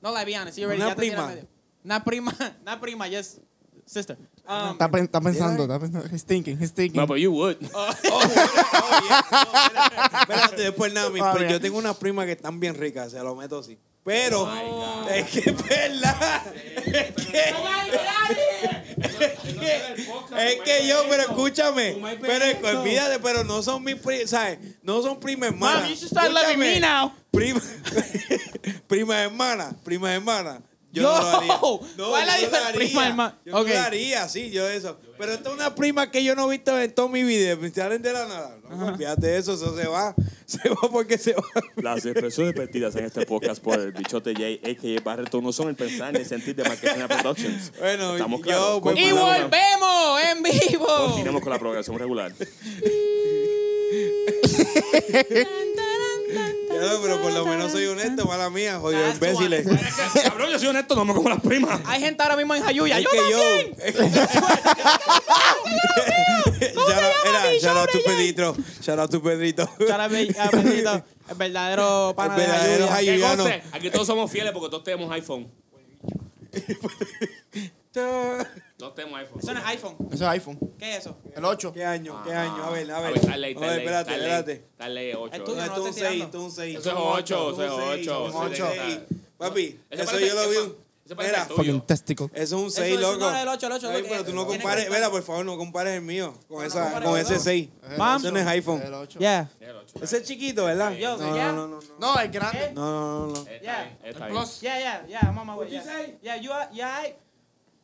S4: No, like, be honest. You already
S2: Una
S4: ya te tiras
S2: prima.
S4: medio. Una prima. Una prima, yes. Sister. Um,
S3: Está, pen- está pensando, está pensando. He's thinking, he's thinking.
S1: No, pero you would.
S2: Oh, yeah. No, espérate, espérate, después nada, mi-
S3: Ah,
S2: pero
S3: bien.
S2: yo tengo unas primas que están bien ricas, se lo meto así. Pero
S1: Oh my God.
S2: es que es verdad. Es que, es que yo, pero escúchame, pero es que olvídate, pero no son mis primas, ¿sabes? No son primas hermanas.
S5: you should start loving me
S2: Escúchame,
S5: now.
S2: Prima, prima hermana, prima hermana. Yo no lo haría.
S4: Yo, ¿cuál
S2: yo
S4: es la
S2: no lo
S4: diferencia? Prima
S2: haría.
S4: hermana.
S2: Yo no
S4: Ok.
S2: lo haría, sí, yo eso. Pero esta es una prima que yo no he visto en toda mi vida. Me salen de la nada. No, olvídate de eso, eso se va. Se va porque se va.
S6: Las expresiones vertidas en este podcast por el bichote J, a.k.a. Barreto, no son el pensar ni el sentir de Marquesina Productions.
S2: Bueno,
S6: Estamos
S2: yo
S6: claros.
S2: voy
S4: y
S2: por la una.
S4: volvemos en vivo.
S2: Pues,
S6: Continuamos con la programación regular.
S2: Ya no, pero por lo menos soy honesto, mala mía, jodido
S4: That's
S2: imbéciles.
S4: one.
S1: Cabrón, yo soy honesto, no me como las primas.
S4: Hay gente ahora mismo en Jayuya.
S2: Es
S4: Yo
S2: que
S4: también.
S2: Shout out-
S4: llama
S2: era,
S4: mi
S2: shout out
S4: show,
S2: tu Pedrito. Shout out tu Pedrito.
S4: Shout out a Pedrito, el verdadero pana
S2: ah, El verdadero
S4: de Jayuya.
S2: Jayuya.
S1: Que
S2: yo ya
S1: conste, Aquí todos somos fieles porque todos tenemos iPhone. Todos tenemos iPhone. Ah.
S4: Eso no es iPhone.
S1: pues-
S3: Eso es iPhone.
S4: ¿Qué es eso?
S3: El 8.
S2: ¿Qué año? ¿Qué año? A ver, a ver.
S1: Dale, dale,
S2: A ver, espérate, espérate.
S1: Dale, 8.
S4: El tuyo.
S2: No, esto
S4: no
S2: es
S4: te
S2: un
S4: estoy
S2: 6,
S4: tirando.
S2: esto es un 6.
S1: Eso es ocho, eso es ocho,
S3: eso es
S2: Papi,
S1: Ese
S2: eso
S1: parece-
S2: yo lo vi.
S1: ese- ese parece
S2: Mira,
S1: el tuyo.
S3: Fucking testicle.
S2: eso es un
S4: Eso-
S2: 6,
S4: eso
S2: loco.
S4: no era el ocho, el ocho,
S2: Ay,
S4: lo
S2: pero
S4: que-
S2: tú no
S4: tiene que
S2: compares. pues.
S4: estar-
S2: Mira, por favor, no compares el mío con, esa,
S4: compares
S2: con
S4: el
S2: ese
S4: otro.
S2: 6.
S4: Mam.
S2: Eso no es iPhone.
S3: El 8.
S4: Yeah.
S2: Ese es chiquito, ¿verdad?
S4: Yo,
S2: no,
S4: ya.
S2: no, no, no, no.
S3: No, el
S2: ¿Eh?
S3: grande.
S2: No, no, no, no.
S4: Yeah.
S1: Está bien.
S3: Plus.
S4: Ah, Yeah, yeah, yeah. I'm on my way.
S2: What'd you
S4: yeah.
S2: say?
S4: Yeah, you are. Yeah, I.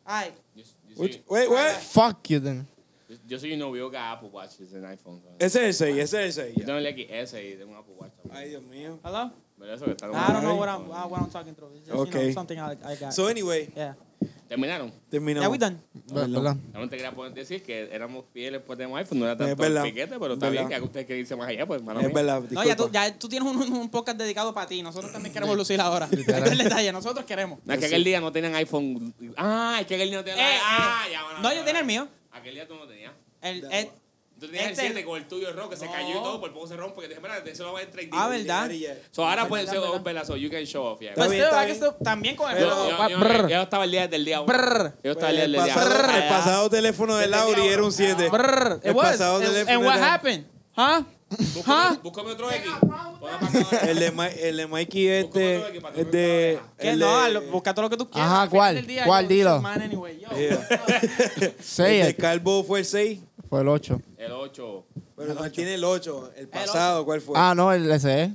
S4: I.
S1: You- you
S2: Which-
S1: see-
S2: Wait, what?
S3: Fuck you then.
S1: Just, just so you know, we all got Apple Watches and iPhones. right?
S2: Ese es el 6, ese es el
S1: Yo
S2: 6.
S1: tengo el XS y tengo un Apple Watch. también.
S2: Ay, Dios mío.
S4: Hello?
S1: Pero eso que está
S4: I don't know
S2: Alright.
S4: what I'm, what I'm talking through. It's just, you know,
S2: Oh, Okay.
S4: something I, I got.
S2: So, anyway,
S4: yeah.
S1: Terminaron.
S2: terminamos.
S4: Yeah, we done.
S3: ¿Verdad?
S1: También te quería poner- decir que éramos fieles por tema iPhone, no era
S2: Es
S1: tanto
S2: verdad.
S1: el piquete, pero está
S2: Es
S1: bien
S2: verdad.
S1: que haga usted que irse más allá, pues mala
S2: Es
S1: mía.
S2: verdad,
S4: No, ya tú,
S2: disculpa.
S4: ya tú tienes un, un podcast dedicado para ti. Nosotros también queremos lucir ahora. Este es el detalle. Nosotros queremos.
S1: No, es que aquel día no tenían iPhone. Ah, es que aquel día no tenían
S4: Eh,
S1: Ah,
S4: eh.
S1: ya, bueno,
S4: No,
S1: bueno,
S4: yo tenía el
S1: bueno.
S4: mío.
S1: Aquel día tú no tenías.
S4: El,
S2: Ya,
S4: el-
S1: Tú tenías
S4: Este-
S1: el 7 con el tuyo rojo que se cayó y
S4: No.
S1: todo, por poco se rompe. Que te dije, mira, eso lo va a ver 3
S4: Ah, ¿verdad?
S1: So, ahora
S4: Verdad,
S1: pueden ser
S4: verdad.
S1: un pelazo. You can show off, yeah.
S4: pues,
S2: bien,
S4: este,
S2: está
S4: ¿verdad que
S2: bien.
S4: esto- también con el
S1: Yo, yo-
S4: reloj?
S1: yo-
S4: Brr.
S1: yo estaba el día del día. uno.
S4: Brr.
S1: Yo estaba el día
S2: El
S1: del día.
S2: pasado,
S1: uno.
S2: el pasado teléfono de Lauri era un 7.
S4: Brr.
S2: El
S4: It was.
S2: pasado
S4: And-
S2: teléfono
S4: and what
S2: era-
S4: happened? Huh?
S1: Búscame-
S4: ¿Ah?
S1: Búscame otro X. Ponla para acá ahora.
S2: El de, Ma- el de Mikey este
S1: otro equipo para
S2: es
S1: que me
S2: de...
S1: vea.
S4: Que
S2: el
S4: no,
S2: de-
S4: lo- busca todo lo que tú quieras.
S3: Ajá,
S4: Al final
S3: ¿cuál?
S4: del día,
S3: ¿Cuál?
S4: yo-
S3: Dilo.
S4: man anyway, yo.
S2: Yeah. El de
S3: 6
S2: Calvo fue el 6,
S3: fue el 8.
S1: El 8.
S2: pero tiene el 8. El pasado, ¿cuál fue?
S3: Ah, no, el SE.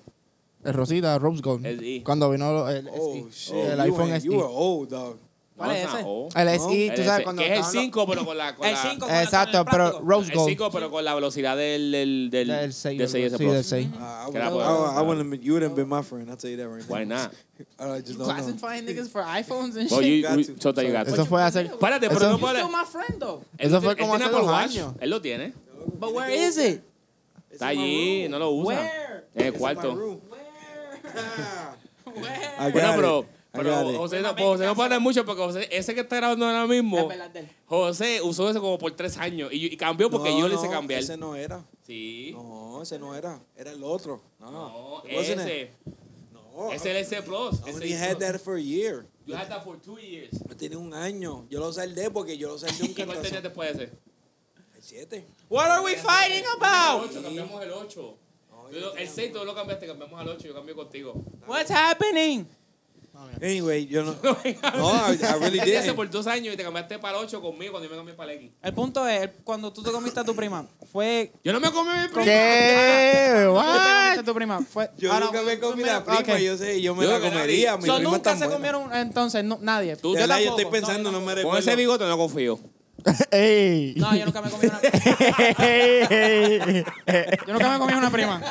S3: El Rosita, Rose Gold.
S1: SE.
S3: Cuando vino el,
S2: E. oh, shit.
S3: SE. el
S2: you
S3: iPhone
S2: were- You were
S3: SE.
S2: old, dog.
S4: ¿Cuál es ese?
S3: El
S2: No. E.
S3: SE, tú sabes, cuando
S1: Que es el
S3: estaban los-
S1: 5, pero con la. con
S4: El
S1: la-
S4: 5
S3: Exacto, pero Rose
S1: El
S3: Gold.
S1: 5, pero con la velocidad del. del, del
S3: Del 6.
S1: del 6S
S3: Sí,
S1: Pro.
S3: del 6.
S2: Ah, I,
S1: Can I
S2: wouldn't-
S1: borrow
S2: I,
S1: that?
S2: I wouldn't have, you wouldn't have been my friend. I'll tell you that right
S1: Why
S2: now.
S1: not?
S2: I just don't know.
S5: Classifying niggas for iPhones and
S1: Well,
S5: shit.
S1: you,
S2: Got
S1: we-
S2: to.
S1: Sota, you got
S3: Eso
S1: to.
S3: fue hace.
S1: Espérate, pero
S3: Eso-
S1: no
S5: You
S1: puede.
S5: still my friend though.
S1: él
S3: Eso
S1: ti-
S3: fue
S1: él
S3: como
S1: tiene
S3: hace
S1: Apple
S3: dos
S1: Watch.
S3: años.
S1: Él lo tiene.
S5: But where is it?
S1: Está allí, no lo usa.
S4: Where?
S1: En el cuarto.
S2: I
S1: Bueno,
S2: got
S1: pero,
S2: it. I
S1: pero
S2: got it.
S1: José, no, José no puede hablar mucho porque José, ese que está grabando ahora mismo, José usó ese como por tres años y, y cambió porque
S2: No,
S1: yo le hice
S2: no,
S1: cambiar.
S2: Ese no era.
S1: Sí.
S2: No, ese no era. Era el otro. No,
S1: No,
S2: It wasn't it.
S1: ese.
S2: No.
S1: Es el S Plus.
S2: I
S1: ese
S2: only had
S1: Plus.
S2: that for a year.
S1: You had that for two years.
S2: Yo tenía un año. Yo lo saldé porque yo lo saldé un
S1: ¿Y cuál tenías
S2: cantazo.
S1: después de ese?
S2: El 7.
S4: What are we fighting
S1: El
S4: about?
S1: 8, cambiamos el 8. El 6 tú lo cambiaste, cambiamos al 8, yo cambié contigo.
S4: What's happening?
S2: Anyway, yo no. No, I, I really
S1: Él hace
S2: didn't.
S1: por dos años y te cambiaste para el 8 conmigo cuando yo me cambié para el X.
S4: El punto es, cuando tú te comiste a tu prima, fue...
S1: Yo no me comí mi prima.
S3: ¿Qué?
S4: ¿Tú te
S3: What?
S4: comiste a tu prima? Fue,
S2: Yo
S4: Ah, no,
S2: nunca me
S4: tú
S2: comí
S4: me-
S2: la prima.
S4: ok.
S2: Yo sé, yo me
S1: Yo
S2: la
S1: creo que nadie.
S2: comería. Mi
S4: So,
S2: prima
S4: nunca
S2: tan
S4: se
S2: buena.
S4: comieron, entonces, no- nadie.
S1: Tú-
S2: Ya la yo
S4: tampoco.
S2: estoy pensando, no me recuerdo.
S1: Con ese bigote no confío.
S3: ¡Ey!
S4: No, yo nunca me comí una Yo nunca me comí una prima.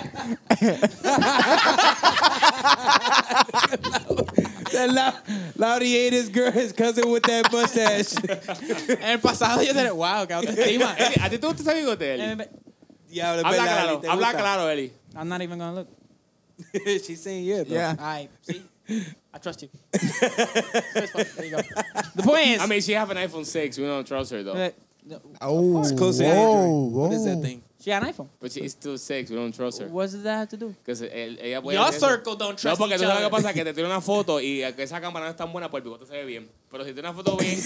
S2: Lauri ate his girl, his cousin with that mustache.
S4: En el pasado yo te wow, qué autoestima.
S1: Eli, ¿a ti te gusta ese bigote, Eli?
S4: Eh,
S2: Diablo, es
S1: Habla
S2: verdad,
S1: claro,
S2: Eli, te
S1: habla
S2: gusta.
S1: claro, Eli.
S4: I'm not even gonna look.
S2: She's saying yeah. though.
S3: Yeah.
S4: Ay, sí. I trust you. There you go. The point is...
S1: I mean, she have an iPhone 6. We don't trust her, though.
S4: eh,
S3: Oh,
S2: It's close to
S3: wow,
S2: Android. What
S3: wow.
S2: is that thing?
S4: she had an iPhone.
S1: But she's still 6. We don't trust her.
S4: What does that have to do?
S1: Because el- ella puede
S4: Your
S1: hacer eso.
S4: circle don't
S1: No,
S4: trust
S1: porque
S4: each
S1: tú sabes lo que
S4: other.
S1: pasa, que te tira una foto y a que esa cámara no es tan buena, pues el bigote se ve bien. Pero si tiene una foto bien,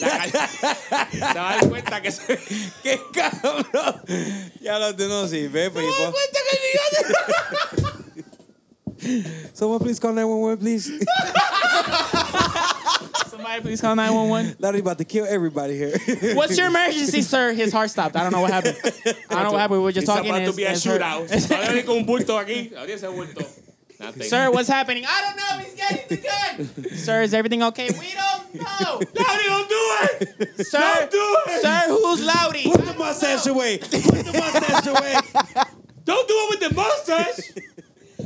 S1: la cara- se va a dar cuenta que se
S2: ¡Qué cabrón! Ya lo tengo así, ve, Felipe. Someone please call 911, please.
S4: Somebody please call 911.
S2: Larry about to kill everybody here.
S4: What's your emergency, sir? His heart stopped. I don't know what happened. I don't know what happened. We were just
S1: It's
S4: talking.
S1: about to
S4: his-
S1: be a
S4: his heart-
S1: shootout. Ahora viene con un bulto aquí. Ahora ese bulto. Nothing.
S4: Sir, what's happening? I don't know. He's getting the gun. sir, is everything okay? We don't know.
S1: Lauri, don't do it!
S4: sir,
S1: do it!
S4: sir, who's Loudy?
S2: Put the mustache away. Put the mustache away.
S1: Don't do it with the mustache!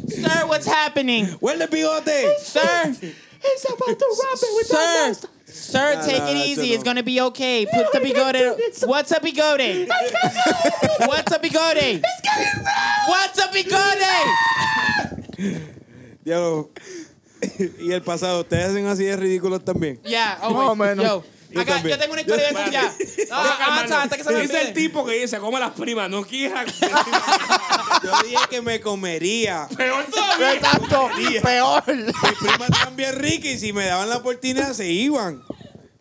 S4: sir, what's happening?
S2: Where's the bigote?
S4: Sir,
S1: It's about to wrap it with
S4: sir, sir,
S2: Nah,
S4: take
S2: nah,
S4: it
S2: nah,
S4: easy.
S2: yo
S4: It's
S2: no.
S4: gonna be okay. Put the bigote. What's a bigote? what's a bigote? What's a bigote?
S2: Diablo. y el pasado, ustedes hacen así de ridículos también.
S4: Yeah,
S3: Más o
S4: oh,
S3: menos.
S4: Yo,
S2: Yo
S4: acá,
S2: también.
S4: yo tengo una historia de eso ya. No, avanza hasta que se me
S1: es el
S4: olvide.
S1: tipo que dice, come las primas, no quiera.
S2: Yo dije que me comería.
S1: Peor todavía.
S3: Exacto, peor.
S2: Mis primas están bien ricas y si me daban la oportunidad se iban.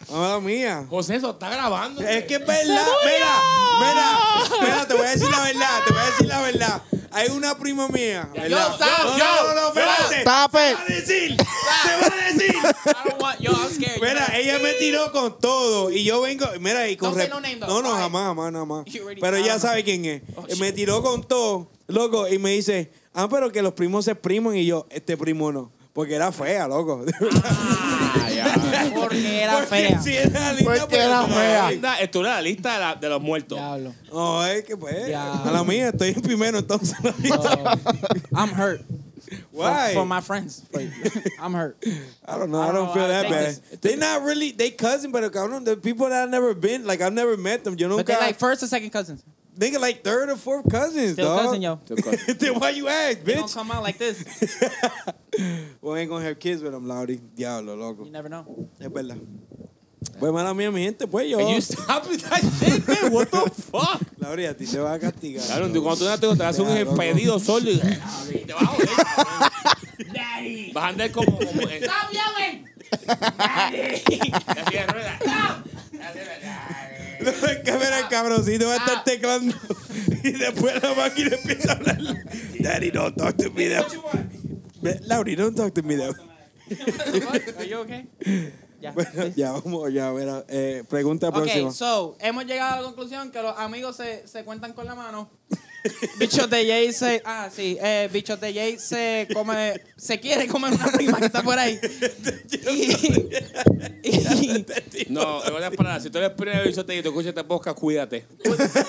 S2: Mamá mía.
S1: José, eso está grabando.
S2: Es que es verdad, mira, mira, mira, te voy a decir la verdad, te voy a decir la verdad. Hay una prima mía, ¿verdad?
S4: Sam,
S2: no,
S4: yo,
S2: no, no, no, espérate.
S3: Tape.
S2: Se va a decir, se va a decir.
S4: I don't want, yo, I'm scared.
S2: Mira, ella me tiró con todo y yo vengo, mira, y con
S4: Don't say
S2: rep-
S4: no name, though.
S2: No, no,
S4: Why?
S2: jamás, jamás, jamás.
S4: You already- Oh,
S2: Pero
S4: I
S2: ella
S4: don't know.
S2: sabe quién es. Eh, me tiró con todo, loco, y me dice, "Ah, pero que los primos se priman" y yo, "Este primo no." Porque era fea, loco.
S4: Porque Ah, era fea.
S2: Si era linda,
S3: Porque
S2: pues,
S3: era
S2: no,
S3: fea.
S2: ay.
S1: Linda, Estuve en la lista de, la- de los muertos.
S5: Diablo.
S2: No, es que pues.
S4: Ya.
S2: A la mía, estoy en primero, entonces. en la lista.
S4: Oh, I'm hurt.
S2: Why?
S4: For, for my friends. For- I'm hurt.
S2: I don't know. I
S4: I
S2: don't
S4: don't
S2: feel
S4: know, I
S2: that
S4: think
S2: bad. They not really. They cousin, but cabrón, the people that I've never been, like I've never met them. You know,
S4: But
S2: nigga
S4: they're like first and second cousins.
S2: they get like third or fourth cousins,
S4: Still
S2: dog.
S4: cousin, yo.
S2: then why you ask,
S4: They don't
S2: bitch?
S4: come out like this.
S2: Well, I ain't gonna have kids with them, Laudy. Diablo, loco.
S4: You never know.
S2: Es verdad. Pues mala mía, mi gente, pues yo.
S1: Can you stop with that shit, man? What the fuck?
S2: Laudy, a ti te va a castigar.
S1: Claro,
S2: loco.
S1: tú- cuando tú nates, te haces
S2: Ya, loco.
S1: un pedido solo y y te vas a joder. cabrón. Vas a andar como. como en- Así de rueda.
S2: No, es que mira, el cabroncito va a estar teclando. Y después la máquina empieza a hablar. Daddy, don't talk to me that way. Lauri, don't talk to me that way.
S4: Are you okay? Ya.
S2: Bueno, ya vamos, ya, mira. eh, pregunta
S4: Ok,
S2: próxima.
S4: so, hemos llegado a la conclusión que los amigos se, se cuentan con la mano. Bichos de Jay se. Ah, sí. Eh, Bichos de Jay se come. Se quiere comer una prima que está por ahí. Y- y-
S1: No, en otras palabras, si tú eres primero y yo te, y te escuchas esta podcast, cuídate.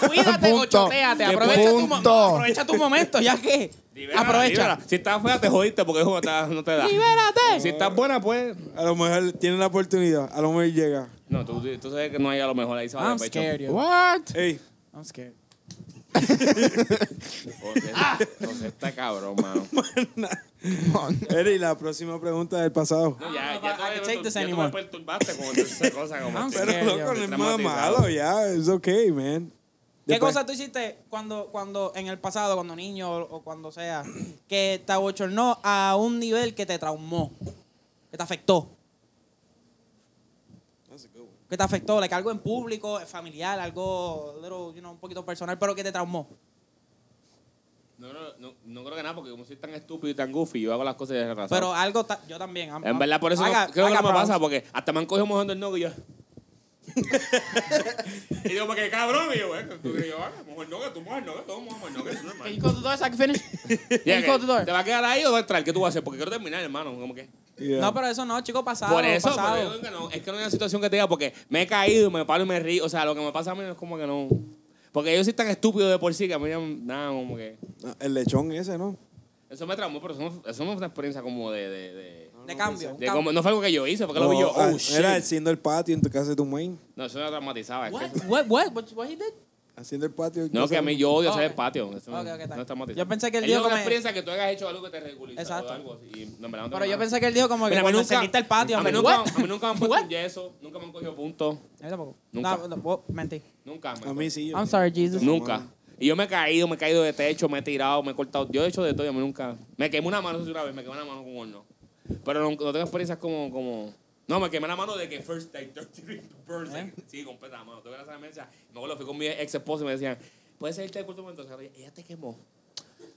S4: cuídate o
S3: Punto.
S4: choteate.
S3: De
S4: Aprovecha tu, mo-
S3: punto.
S4: aprovecha tu momento, ya que.
S1: Libera, libera.
S4: aprovecha.
S1: Ah, Si estás fea, te jodiste porque eso no te da- no te da.
S4: Libérate.
S1: Si estás buena, pues.
S2: A lo mejor tiene la oportunidad. A lo mejor llega.
S1: No, tú, tú sabes que no hay a lo mejor ahí se va
S4: I'm
S1: de pecho.
S4: scared, yo.
S3: What?
S2: Ey,
S4: I'm scared.
S1: Entonces, entonces está cabrón, mano.
S2: Eri, la próxima pregunta del pasado.
S1: No, ya,
S4: no,
S1: ya,
S4: I can't
S1: tú,
S4: take
S1: me-
S4: this
S1: ya tú me
S4: anymore.
S1: perturbaste con esa cosa como
S4: I'm
S1: que-
S2: Pero
S4: scared.
S2: loco, no es nada
S1: Traumatizado.
S2: malo, ya. It's okay, man.
S4: ¿Qué
S2: Después-
S4: cosa tú hiciste cuando, cuando en el pasado, cuando niño o, o cuando sea, que te abochornó a un nivel que te traumó, que te afectó? Que te afectó, like, algo en público, eh, familiar, algo little, you know, un poquito personal, pero que te traumó.
S1: No, no, no, no creo que nada, porque como soy tan estúpido y tan goofy, yo hago las cosas de razón.
S4: Pero algo, ta- yo también. I'm-
S1: en verdad, por eso
S4: I
S1: no-
S4: got-
S1: creo
S4: I
S1: que no
S4: got
S1: me pasa,
S4: problems.
S1: porque hasta me han cogido mojando el nogo y yo. y yo, porque cabrón, y yo, eh, tú que yo, ah, mojo el nogo, tú mojas el nogo, todos mojamos el nogo, eso no es
S5: Can
S1: normal.
S5: you close the door so I can finish?
S1: Ya
S5: Can you
S1: que,
S5: close the door?
S1: ¿Te va a quedar ahí o vas a entrar? ¿Qué tú vas a hacer? Porque quiero terminar, hermano. Como que.
S2: Yeah.
S4: No, pero eso no, chico, pasado.
S1: por eso,
S4: pasado.
S1: pero yo digo que no, es que no hay una situación que te diga porque me he caído y me paro y me río. O sea, lo que me pasa a mí es como que no. Porque ellos sí están estúpidos de por sí, que a mí ya- nada, como que.
S2: No, Ah, El lechón ese, ¿no?
S1: Eso me traumó, pero eso no, eso no fue una experiencia como de. de, de,
S4: de cambio. un
S1: de
S4: cambio.
S1: como- no fue algo que yo hice, porque lo vi yo,
S2: ah,
S1: oh shit.
S2: Era haciendo el patio en tu casa de tu main.
S1: No, eso me traumatizaba. es que
S5: What?
S1: eso-
S5: What? What? What? What he did?
S2: Haciendo el patio. en
S1: no,
S2: casa
S1: que a
S2: de-
S1: mí yo odio hacer
S4: Ok.
S1: el patio. Eso
S4: Ok,
S1: no-
S4: ok, está.
S1: no es traumatizante.
S4: Yo pensé que él
S1: Él
S4: dijo
S1: dijo una
S4: que me-
S1: experiencia que tú hayas hecho algo que te ridiculiza
S4: Exacto.
S1: o algo. así, Y, no, en verdad, no
S4: Pero yo
S1: tengo nada.
S4: pensé que él dijo como que
S1: Mira, a mí
S4: cuando
S1: nunca-
S4: saliste al patio.
S1: A mí,
S4: me-
S1: nunca,
S4: What?
S1: a mí nunca me han puesto
S4: What?
S1: un yeso, nunca me han cogido puntos,
S4: A mí tampoco.
S1: Nunca.
S4: No, no, oh, mentí.
S1: nunca. me-
S2: A mí sí. yo
S5: I'm
S2: sí.
S5: sorry, Jesus.
S1: Nunca. Y yo me he caído, me he caído de techo, me he tirado, me he cortado. Yo he hecho de todo, yo nunca. Me quemé una mano, eso sí, una vez, me quemé una mano con un horno. Pero no, no tengo experiencias como, como. No, me quemé la mano de que first day, 33 person. Sí, completa la mano. Tuve esa demencia. Me acuerdo, fui con mi ex esposo y me decían, ¿puedes salirte del cuarto un momento? O sea, ella- ella te quemó.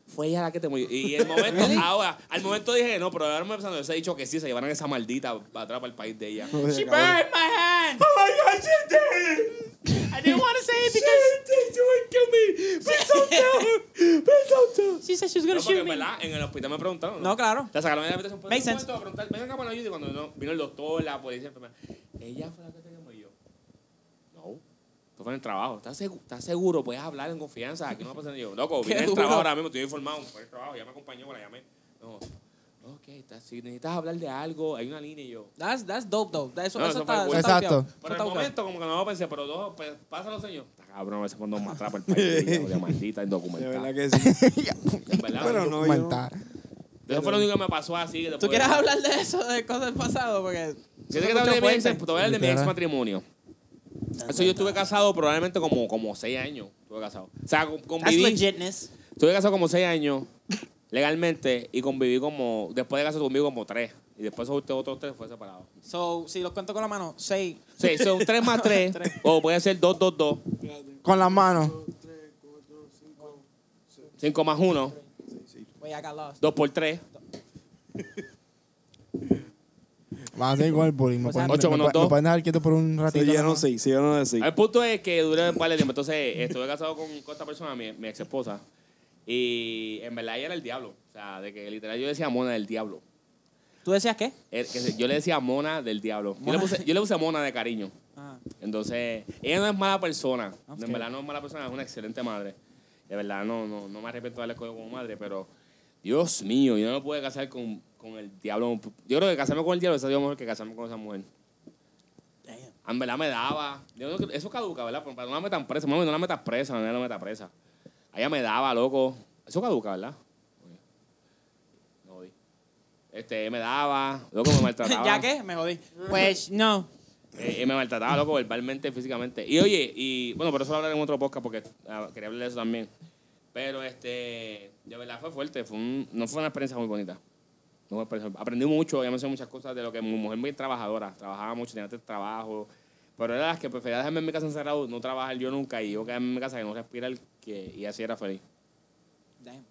S1: Fue ella la que te murió. Y el momento, ahora, al momento dije, no, pero ahora me pensando, yo les he dicho que sí, se llevaron esa maldita para atrás para el país de ella.
S2: Joder,
S5: She
S2: Pues, cabrón.
S5: burned my hand.
S1: Oh my Oh God, she did it.
S5: I didn't want to say it
S1: She
S5: because
S1: did do it to me. Please don't tell her. Please don't tell her.
S5: she said she was gonna
S1: No, porque
S5: shoot
S1: en
S5: me.
S1: verdad, en el hospital me preguntaron.
S4: No, claro.
S1: La sacaron de la habitación. ¿puedes
S4: Makes
S1: un
S4: sense.
S1: momento a preguntar? Venga acá para ayuda. Y cuando no, vino el doctor, la policía, enfermera. Ella fue la que te llamó y yo. No. Esto fue en el trabajo. ¿Estás seguro? ¿Estás seguro? Puedes hablar en confianza. Aquí no va a pasar nada. Y yo. Loco,
S4: Qué
S1: vine del
S4: duro.
S1: trabajo ahora mismo. Estoy informado. Fue el trabajo. Ya me acompañó, la llamé. No. Ok, está- si necesitas hablar de algo, hay una línea y yo.
S4: That's, that's dope, though. Eso,
S1: No,
S4: eso
S1: eso fue
S4: está,
S1: cool.
S4: eso está
S3: Exacto.
S4: upiado.
S1: Pero en
S4: Eso
S1: el
S4: está upiado.
S1: momento, como que no lo pensé, pero dos, pues, pasa los años. Está cabrón, a veces cuando me atrapa el país, ya, joder, maldita
S2: De verdad
S1: indocumentada.
S2: que sí.
S1: En verdad,
S2: Pero no, yo no.
S3: Comentar.
S1: Eso fue lo único que me pasó así. que
S4: ¿Tú
S1: después-
S4: quieres hablar de eso, de cosas del pasado? Porque.
S1: pues. Yo
S4: eso
S1: te
S4: es
S1: quiero hablar de mi
S4: mucho
S1: ex, te
S4: fuerte.
S1: voy a hablar de mi
S3: Literal.
S1: ex matrimonio. Eso yo estuve casado probablemente como, como seis años. Estuve casado. O sea, con-
S4: That's
S1: conviví.
S4: legitness.
S1: Estuve casado como seis años legalmente y conviví como, después de casado conmigo como tres. Y después esos otros otros tres fue separado.
S4: So, si los cuento con la mano, seis.
S1: O sea, son tres más tres,
S4: Tres.
S1: o puede ser dos, dos, dos.
S3: Con las manos.
S1: Cinco más uno,
S4: Wait, I got lost.
S1: dos por tres,
S3: Vas a seguir con el bullying. Me
S2: Pues
S4: O sea,
S3: pueden-
S1: ocho
S3: me
S1: menos
S3: pueden-
S1: dos.
S3: me pueden dejar quieto por un
S2: Se
S3: ratito.
S2: llenaron
S3: nomás?
S2: seis, se llenaron de seis.
S1: El punto es que duré un par de tiempo. Entonces, estuve casado con, con esta persona, mi, mi ex esposa. Y en verdad ella era el diablo. O sea, de que literal yo decía mona del diablo.
S4: ¿Tú decías qué?
S1: Eh, que se- Yo le decía Mona del Diablo. Yo le puse, yo le puse Mona de cariño.
S4: Ah,
S1: Entonces, ella no es mala persona.
S4: Ok.
S1: En verdad no es mala persona, es una excelente madre. De verdad, no, no, no me arrepiento de haberla escogido como madre, pero Dios mío, yo no me pude casar con, con el diablo. Yo creo que casarme con el diablo salió mejor que casarme con esa mujer. En verdad me daba. Yo creo que eso caduca, ¿verdad? Pero no la metan presa, mami, no la metas presa, no la metas presa. Ella me daba, loco. Eso caduca, ¿verdad? No di. Este, me daba, loco, me maltrataba.
S4: ¿Ya qué? Me jodí. Pues no.
S1: Eh, eh, me maltrataba, loco, verbalmente, físicamente. Y oye, y bueno, por eso lo hablaré en otro podcast, porque ah, quería hablar de eso también. Pero este, de verdad fue fuerte, fue un- no fue una experiencia muy bonita. No fue una experiencia- aprendí mucho, ya me enseñó muchas cosas de lo que mi mujer muy trabajadora, trabajaba mucho, tenía tres trabajos. Pero era las que prefería dejarme en mi casa encerrado, no trabajar yo nunca y yo quedarme en mi casa y no respirar, que, y así era feliz.
S4: Damn.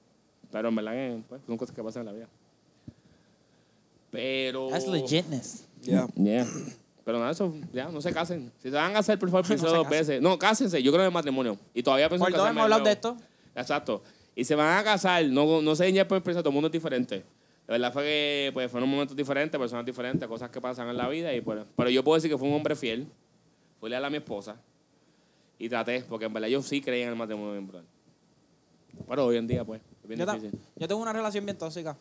S1: Pero en verdad, que, pues, son cosas que pasan en la vida. Pero.
S4: That's legitness.
S2: Ya.
S1: Yeah. Pero nada, eso, ya, no se casen. Si se van a casar, por favor, piensen
S4: se
S1: dos
S4: casen.
S1: veces. No, cásense, yo creo en el matrimonio. Y todavía pienso
S4: Por
S1: en
S4: dos
S1: casarme
S4: hemos hablado de
S1: nuevo.
S4: esto.
S1: Exacto. Y se van a casar, no, no se den ya por empresa, todo el mundo es diferente. La verdad fue que pues, fueron momentos diferentes, personas diferentes, cosas que pasan en la vida. Y, pues, pero yo puedo decir que fue un hombre fiel, fui leal a mi esposa y traté, porque en verdad yo sí creía en el matrimonio bien brutal. Pero hoy en día, pues, es bien
S4: Yo, ta-
S1: difícil.
S4: yo tengo una relación bien tóxica.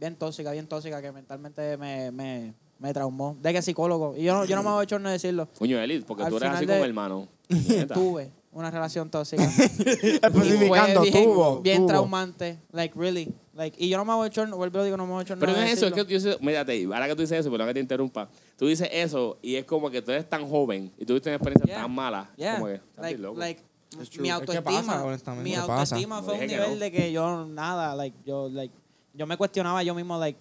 S4: Bien tóxica, bien tóxica, que mentalmente me, me, me traumó. De que psicólogo. Y yo no, yo no me hago hecho no decirlo.
S1: Coño, Eli, porque
S4: Al
S1: tú eres
S4: final
S1: así
S4: de-
S1: como hermano. Neta.
S4: Tuve una relación tóxica.
S3: Especificando,
S4: Y fue bien-
S3: tuvo.
S4: Bien
S3: tuvo.
S4: traumante. Like, really. Like, y yo no me hago hecho, vuelvo y digo, no me hago hecho
S1: Pero
S4: no
S1: no es eso, es
S4: decirlo.
S1: que tú dices, mírate, ahora que tú dices eso, perdón que te interrumpa, tú dices eso y es como que tú eres tan joven y tuviste una experiencia
S4: Yeah.
S1: tan mala.
S4: Yeah.
S1: Como que, estás
S4: Like,
S1: bien loco.
S4: like,
S3: It's true.
S4: mi
S3: Es que
S4: autoestima,
S3: pasa, honestamente,
S4: mi
S3: pasa.
S4: autoestima fue
S1: Dije
S4: un
S1: que
S4: nivel
S1: no.
S4: de que yo nada, like yo like yo me cuestionaba yo mismo like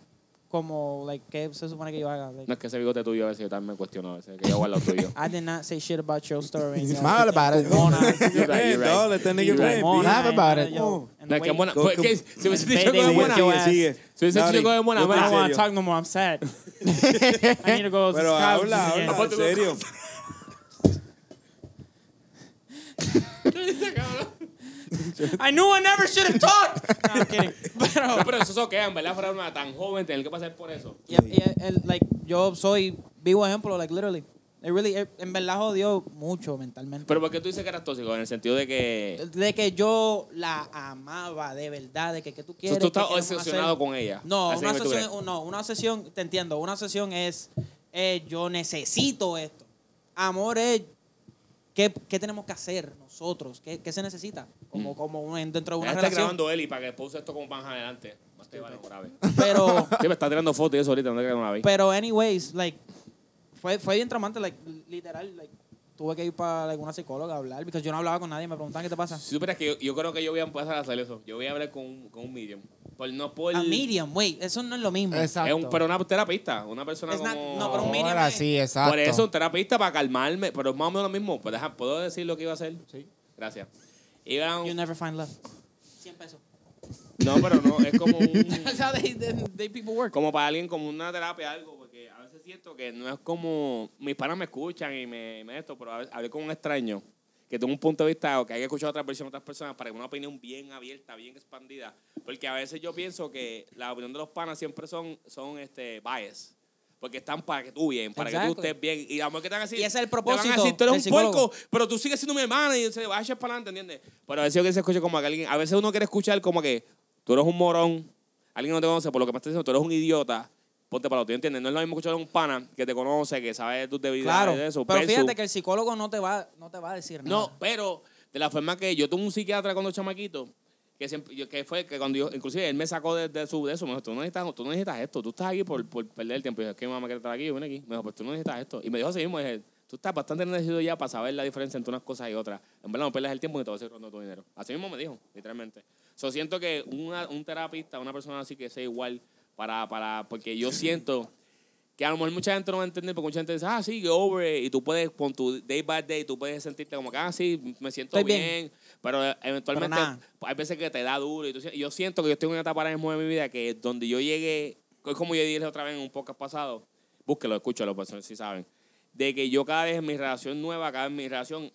S4: como like qué se supone que yo haga. Like,
S1: no es que ese bigote tuyo a veces yo también me cuestiono a veces, que yo guardo lo tuyo.
S4: I did not say shit about your story.
S3: It's
S4: so-
S3: mad about it.
S4: Mona,
S1: You're right, you're
S2: No,
S1: right.
S2: let that nigga
S1: You're
S2: play.
S1: right.
S4: Mona,
S3: Mad about
S4: and
S3: it.
S4: yo- and
S1: No, es que
S4: wait.
S1: mona,
S2: Go-
S1: pues,
S2: go-
S1: ¿qué? Si hubiese dicho
S4: Baby,
S1: que
S4: we're
S1: mona,
S4: going-
S5: pues.
S2: Sigue, sigue.
S1: si hubiese
S2: Dale,
S1: dicho que mona,
S2: yo
S4: I
S1: mona,
S4: don't
S2: pensé-
S1: mona.
S4: want to
S2: serio.
S4: talk no more. I'm sad. I need to go.
S2: Pero
S4: subscribe
S2: habla,
S4: again.
S2: habla, en serio.
S4: I knew I never should have talked. No, I'm kidding. Pero
S1: No, pero eso es ok, en verdad, fuera una tan joven, tener que pasar por eso.
S4: Y, y el, el, like, yo soy vivo ejemplo, like, literally. It really, it- en verdad jodió mucho mentalmente.
S1: Pero porque tú dices que eras tóxico? En el sentido de que
S4: de que yo la amaba de verdad, de que, que tú
S1: tú,
S4: quieres.
S1: tú
S4: que
S1: estás
S4: queremos
S1: obsesionado
S4: hacer.
S1: con ella.
S4: No,
S1: Así
S4: una
S1: que tú crees.
S4: sesión, un- no, una sesión, te entiendo, una sesión es eh, yo necesito esto. Amor es ¿qué, qué tenemos que hacer nosotros? ¿Qué, qué se necesita? Como, como un- dentro de
S1: Mm. Ya
S4: una
S1: está
S4: relación.
S1: grabando Eli para que puse esto como pan adelante. Más te vale, grave.
S4: Pero
S1: Sí, me está tirando fotos y eso ahorita, no te creas que no la vi.
S4: Pero, anyways, like, fue, fue bien tramante, like, literal, like, tuve que ir para alguna psicóloga a hablar, porque yo no hablaba con nadie, me preguntaban qué te pasa.
S1: Si supieras que yo, yo creo que yo voy a empezar a hacer eso. Yo voy a hablar con un, con un medium. Por, no por...
S4: A medium, wait, eso no es lo mismo.
S1: Es
S3: Exacto.
S1: un, pero una terapista. Una persona
S4: Es
S1: como...
S4: not- no, pero un medium
S3: Ahora
S4: es-
S3: sí, exacto.
S1: Por eso, un terapista para calmarme. Pero es más o menos lo mismo. Pues deja, ¿Puedo decir lo que iba a hacer? Sí. Gracias. Iba a un-
S4: You never find love. 100 pesos.
S1: no, pero no. Es como un...
S5: That's how they, they, they people work.
S1: como para alguien, como una terapia, algo. Porque a veces siento que no es como... Mis panas me escuchan y me, me esto. Pero a veces hablé con un extraño que tengo un punto de vista o que hay que escuchar a otra versión de otras personas para que una opinión bien abierta, bien expandida. Porque a veces yo pienso que la opinión de los panas siempre son, son este, bias. Porque están para que tú bien, para que tú
S4: Exacto.
S1: estés bien. Y a lo mejor que te van a decir,
S4: Y ese es el
S1: te van a
S4: propósito
S1: decir, tú eres
S4: del
S1: un
S4: psicólogo.
S1: puerco, pero tú sigues siendo mi hermana y se va a echar para adelante, ¿entiendes? Pero a veces yo que se escuche como que alguien, a veces uno quiere escuchar como que tú eres un morón, alguien no te conoce, por lo que me estás diciendo, tú eres un idiota, ponte para lo tuyo, ¿entiendes? No es lo mismo escuchar a un pana que te conoce, que sabe de tus debilidades,
S4: Claro,
S1: de eso.
S4: pero
S1: versus-
S4: fíjate que el psicólogo no te va, no te va a decir
S1: no,
S4: nada.
S1: pero de la forma que yo tuve un psiquiatra cuando chamaquito, que siempre, yo- que fue que cuando yo, inclusive él me sacó de, de su de eso, me dijo, tú no necesitas, tú no necesitas esto, tú estás aquí por, por perder el tiempo. Y yo, es que mi mamá quiere estar aquí, yo vine aquí. Me dijo, pues tú no necesitas esto. Y me dijo así mismo, dije, tú estás bastante enardecido ya para saber la diferencia entre unas cosas y otras. En verdad no pierdas el tiempo ni te vas a ir rondando tu dinero. Así mismo me dijo, literalmente. So siento que una- un terapista, una persona así que sea igual, para, para, porque yo siento que a lo mejor mucha gente no va a entender, porque mucha gente dice, ah, sí, yo over it. Y tú puedes, con tu day by day, tú puedes sentirte como que, ah, sí, me siento
S4: Estoy
S1: bien.
S4: bien.
S1: Pero eh, eventualmente
S4: nada.
S1: hay veces que te da duro. Y tú, sie- yo siento que yo estoy en una etapa ahora mismo de mi vida que donde yo llegué, es como yo dije otra vez en un podcast pasado, búsquelo, escúchalo, pues si saben, de que yo cada vez en mi relación nueva, cada vez en mi relación,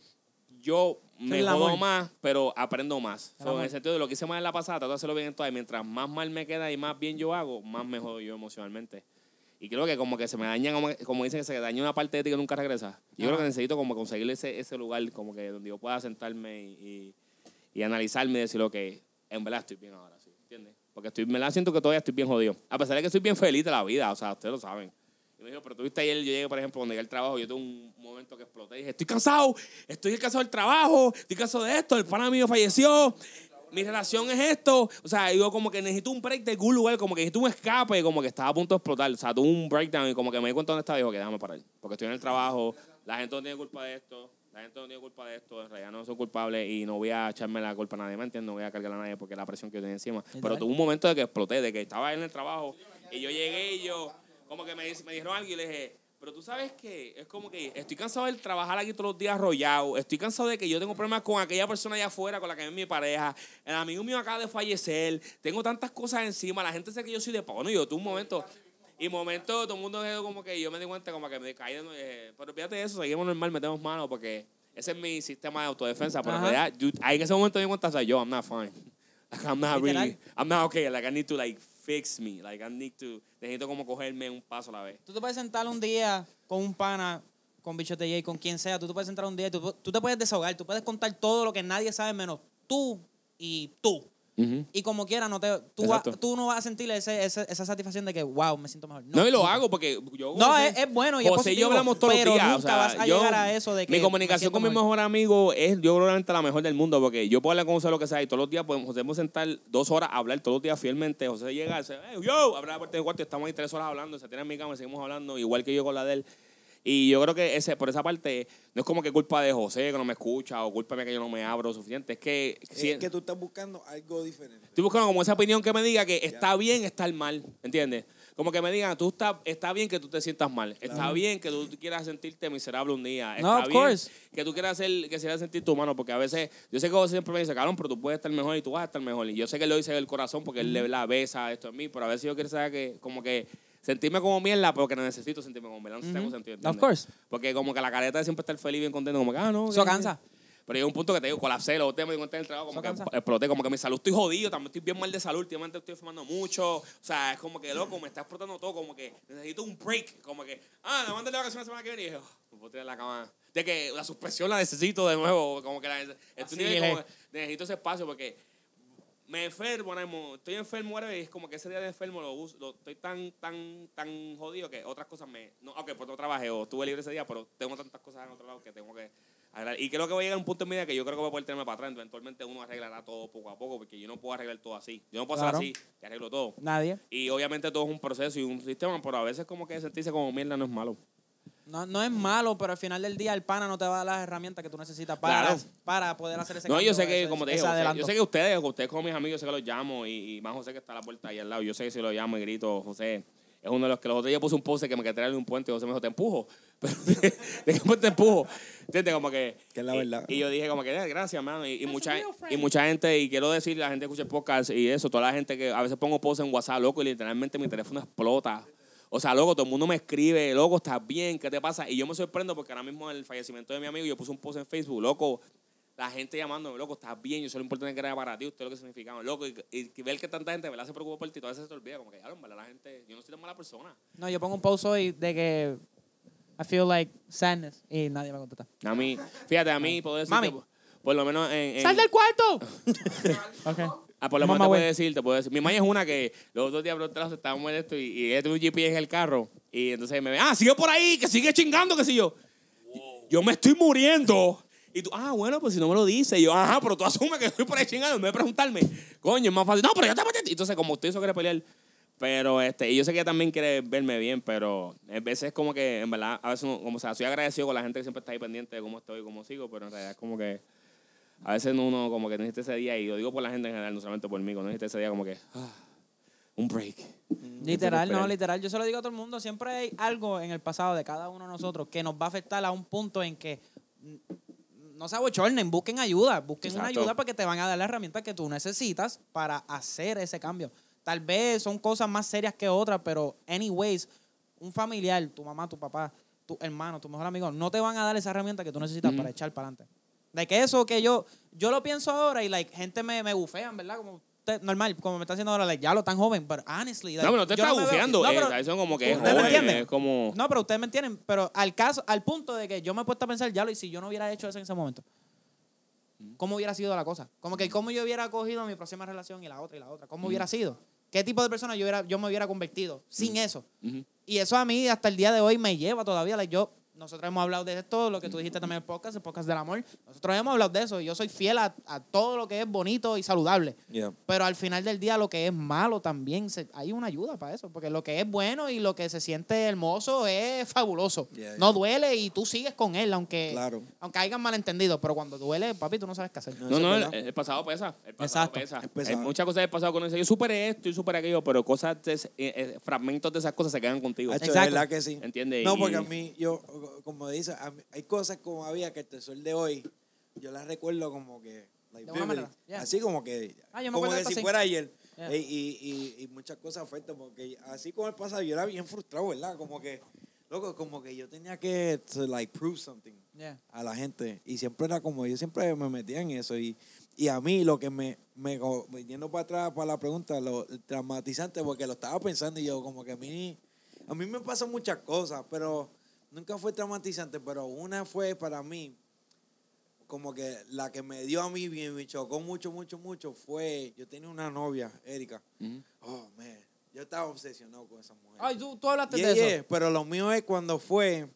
S1: yo me
S4: El
S1: jodo
S4: amor.
S1: más, pero aprendo más.
S4: El
S1: So, en
S4: amor.
S1: el sentido de lo que hice mal en la pasada, trato de hacerlo bien en todas. Y mientras más mal me queda y más bien yo hago, más me jodo yo emocionalmente. Y creo que como que se me dañan, como, como dicen que se daña una parte de ti que nunca regresa. Yo creo que necesito como conseguir ese, ese lugar como que donde yo pueda sentarme y, y, y analizarme y decir, ok, en verdad estoy bien ahora, ¿sí? ¿entiendes? Porque estoy, en verdad siento que todavía estoy bien jodido. A pesar de que estoy bien feliz de la vida, o sea, ustedes lo saben. Y me dijo, pero tú viste ayer, yo llegué, por ejemplo, cuando llegué al trabajo, yo tuve un momento que exploté. Y dije, estoy cansado, estoy cansado del trabajo, estoy cansado de esto, el pana mío falleció, mi relación es esto. O sea, yo como que necesito un break de algún lugar, como que necesito un escape, como que estaba a punto de explotar. O sea, tuve un breakdown y como que me di cuenta dónde estaba y dijo, que déjame parar. Porque estoy en el trabajo, la gente no tiene culpa de esto, la gente no tiene culpa de esto, en realidad no soy culpable y no voy a echarme la culpa a nadie, ¿me entiendes? No voy a cargar a nadie porque la presión que yo tenía encima. Pero tuve un momento de que exploté, de que estaba en el trabajo y yo llegué y yo, como que me, dice- me dijeron algo y le dije, pero tú sabes que es como que estoy cansado de trabajar aquí todos los días arrollado, estoy cansado de que yo tengo problemas con aquella persona allá afuera con la que es mi pareja, el amigo mío acaba de fallecer, tengo tantas cosas encima, la gente sabe que yo soy de pano y yo tuve un momento... Y momento, todo el mundo quedó como que yo me di cuenta, como que me caí de nuevo y dije, pero fíjate de eso, seguimos normal, metemos mano, porque ese es mi sistema de autodefensa. Pero en
S4: Ajá.
S1: realidad, yo- ahí en ese momento me di cuenta, o sea, yo, I'm not fine. Like, I'm not
S4: Literal.
S1: really, I'm not okay. Like, I need to, like, fix me. Like, I need to, necesito como cogerme un paso a la vez.
S4: Tú te puedes sentar un día con un pana, con Bichote J, con quien sea. Tú te puedes sentar un día y tú, tú te puedes desahogar. Tú puedes contar todo lo que nadie sabe menos tú y tú. Y como quiera, no te, tú, va-
S1: Exacto.
S4: tú no vas a sentir ese- ese- esa satisfacción de que, wow, me siento mejor.
S1: No, y lo hago porque yo.
S4: No,
S1: José-
S4: es- es bueno y es
S1: José y yo
S4: positivo,
S1: hablamos todos
S4: pero
S1: los días. o
S4: nunca
S1: sea,
S4: vas a
S1: yo-
S4: llegar a eso de que
S1: Mi
S4: me
S1: comunicación
S4: siento
S1: con mi
S4: mejor.
S1: mejor amigo es, yo creo, realmente la mejor del mundo porque yo puedo hablar con José lo que sea y todos los días podemos, podemos sentar dos horas a hablar todos los días fielmente. José llega, dice, "Hey, yo, abre la puerta del cuarto y estamos ahí tres horas hablando, se tiene en mi cama y seguimos hablando, igual que yo con la de él. Y yo creo que ese, por esa parte, no es como que culpa de José que no me escucha o culpa mía que yo no me abro suficiente. Es que, si-
S2: Es que tú estás buscando algo diferente.
S1: Estoy buscando como esa opinión que me diga que está bien estar mal, ¿entiendes? Como que me digan, tú está, está bien que tú te sientas mal, está bien que tú quieras sentirte miserable un día, está
S4: No, of
S1: bien
S4: course.
S1: que tú quieras hacer, que se haga sentir tu mano, porque a veces, yo sé que vos siempre me dice, cabrón, pero tú puedes estar mejor y tú vas a estar mejor, y yo sé que él lo dice del corazón porque él le la besa esto en mí, pero a veces yo quiero saber que, como que, sentirme como mierda, porque necesito sentirme como mierda, no sé si tengo sentido, ¿entiendes?
S4: Of course.
S1: Porque como que la careta de siempre estar feliz, bien contento, como que, ah, no.
S4: Eso
S1: que-
S4: cansa.
S1: pero llega un punto que te digo, colapsé, los temas, me di cuenta en el trabajo, como
S4: Eso
S1: que
S4: cansa.
S1: exploté, como que mi salud estoy jodido, también estoy bien mal de salud, últimamente estoy fumando mucho, o sea, es como que loco, me está explotando todo, como que necesito un break, como que, ah, la mandé la vacación la semana que viene, y dije, oh, me puedo tirar en la cama, de que la suspensión la necesito de nuevo, como que la, estoy nivel, como que necesito ese espacio porque me enfermo, ahora mismo, estoy enfermo ahora y es como que ese día de enfermo lo uso, lo- estoy tan, tan, tan jodido que otras cosas me, no, ok, pues no trabajé o estuve libre ese día, pero tengo tantas cosas en otro lado que tengo que arreglar. Y creo que voy a llegar a un punto en mi vida que yo creo que voy a poder tenerme para atrás, eventualmente uno arreglará todo poco a poco, porque yo no puedo arreglar todo así, yo no puedo
S4: Claro.
S1: hacer así, y arreglo todo.
S4: Nadie.
S1: Y obviamente todo es un proceso y un sistema, pero a veces como que sentirse como mierda no es malo.
S4: No, no es malo, pero al final del día el pana no te va a dar las herramientas que tú necesitas para,
S1: Claro.
S4: para poder hacer ese
S1: No,
S4: cambio,
S1: yo sé que,
S4: ese-
S1: como te
S4: ese
S1: digo, José,
S4: adelanto.
S1: yo sé que ustedes, ustedes como mis amigos, yo sé que los llamo y, y más José que está a la puerta ahí al lado. Yo sé que si lo llamo y grito, José, es uno de los que los otros días puse un poste que me quedé en un puente y José me dijo, te empujo. Pero, ¿de qué puente te empujo? ¿Entiendes? Como que.
S2: Que es la
S1: y-
S2: verdad.
S1: Y, yo dije, como que, "Eh, gracias, mano. Y, y
S5: That's
S1: mucha,
S5: a real friend.
S1: y mucha gente, y quiero decir, la gente que escucha el podcast y eso, toda la gente que a veces pongo posts en WhatsApp, loco, y literalmente mi teléfono explota. O sea, loco, todo el mundo me escribe, loco, estás bien, ¿qué te pasa? Y yo me sorprendo porque ahora mismo el fallecimiento de mi amigo, yo puse un post en Facebook, loco, la gente llamándome, loco, estás bien, yo solo lo importante que era para ti, usted lo que significaba, loco, y, y- y ver que tanta gente, ¿verdad? Se preocupa por ti, a veces se te olvida, como que, ya, en verdad, la gente, yo no soy tan mala persona.
S4: No, yo pongo un post hoy de que I feel like sadness y nadie me contesta.
S1: A mí, fíjate, a mí, puedo decir
S4: Mami.
S1: que, por- por lo menos en... en-
S5: ¡Sal del cuarto!
S4: Ok.
S1: Ah, por lo menos
S4: Mamá,
S1: te puedo
S4: güey.
S1: decir, te puedo decir. Mi mamá es una que los dos días por atrás estábamos en esto y, y ella tuvo un GPS en el carro. Y entonces me ve, ah, sigue por ahí, que sigue chingando, que si yo. Yo me estoy muriendo. Y tú, ah, bueno, pues si no me lo dices. Y yo, ajá, pero tú asumes que estoy por ahí chingando. En vez de preguntarme, coño, es más fácil. No, pero yo te metí. Entonces, como usted hizo quiere pelear. Pero este, y yo sé que ella también quiere verme bien, pero a veces como que, en verdad, a veces uno- como, o sea, soy agradecido con la gente que siempre está ahí pendiente de cómo estoy y cómo sigo, pero en realidad es como que a veces uno como que necesita ese día, y lo digo por la gente en general, no solamente por mí, cuando necesita ese día como que ah, un break.
S4: Literal,
S1: Literal.
S4: no, literal. Yo se lo digo a todo el mundo. Siempre hay algo en el pasado de cada uno de nosotros que nos va a afectar a un punto en que mm, no se abochornen, busquen ayuda. Busquen una
S1: Exacto.
S4: ayuda porque te van a dar la herramienta que tú necesitas para hacer ese cambio. Tal vez son cosas más serias que otras, pero anyways, un familiar, tu mamá, tu papá, tu hermano, tu mejor amigo, no te van a dar esa herramienta que tú necesitas para echar para adelante. De que eso que yo, yo lo pienso ahora y like, gente me, me bufean, ¿verdad? Como usted, normal, como me está haciendo ahora, like, ya lo tan joven, pero honestly. like,
S1: No, pero te
S4: yo
S1: está
S4: me veo-
S1: buceando.
S4: No, pero-
S1: Eso como que es
S4: ¿Ustedes me
S1: joven,
S4: entienden?
S1: Es como...
S4: No, pero ustedes me entienden, pero al caso, al punto de que yo me he puesto a pensar, ya lo, y si yo no hubiera hecho eso en ese momento,
S1: Mm.
S4: ¿cómo hubiera sido la cosa? Como que cómo yo hubiera cogido mi próxima relación y la otra y la otra, ¿cómo
S1: Mm.
S4: hubiera sido? ¿Qué tipo de persona yo, hubiera, yo me hubiera convertido sin eso?
S1: Ujú.
S4: Y eso a mí hasta el día de hoy me lleva todavía. like, yo, nosotros hemos hablado de esto, lo que tú dijiste también en el podcast, el podcast del amor. Nosotros hemos hablado de eso y yo soy fiel a, a todo lo que es bonito y saludable.
S6: Yeah.
S4: Pero al final del día, lo que es malo también, se- hay una ayuda para eso. Porque lo que es bueno y lo que se siente hermoso es fabuloso.
S2: Yeah,
S4: No duele y tú sigues con él, aunque,
S2: Claro.
S4: aunque hayan malentendido. Pero cuando duele, papi, tú no sabes qué hacer.
S1: No,
S2: Eso
S1: no,
S2: es
S1: el,
S2: verdad.
S1: el pasado pesa. El pasado
S4: Exacto,
S1: pesa.
S2: es pesado.
S1: Hay muchas cosas del pasado que uno dice, yo superé esto, yo superé aquello, pero cosas, de- eh, eh, fragmentos de esas cosas se quedan contigo.
S2: Hacho, de
S4: Exacto.
S2: verdad que sí.
S1: ¿Entiendes?
S2: No,
S1: Y-
S2: porque a mí, yo, como dice, a mí- hay cosas como había que hasta el sol de hoy, yo las recuerdo como que. like,
S4: De una
S2: vividly.
S4: manera, yeah.
S2: Así como que.
S4: Ah, yo me
S2: como
S4: acuerdo de
S2: que
S4: esto
S2: si
S4: así.
S2: fuera ayer.
S4: Yeah.
S2: Eh, Y, y- y muchas cosas afectan, porque así como el pasado, yo era bien frustrado, ¿verdad? Como que, loco, como que yo tenía que, to, like, prove something
S4: Yeah.
S2: a la gente. Y siempre era como, yo siempre me metía en eso. Y, y a mí lo que me, me, go- yendo para atrás para la pregunta, lo traumatizante, porque lo estaba pensando y yo como que a mí, a mí me pasan muchas cosas, pero nunca fue traumatizante, pero una fue para mí, como que la que me dio a mí bien, me chocó mucho, mucho, mucho, fue, yo tenía una novia, Erika. Oh, man. Yo estaba obsesionado con esa mujer.
S4: Ah,
S5: Ay, tú, tú hablaste
S2: Yeah,
S5: de eso.
S2: yeah, pero lo mío es cuando fue,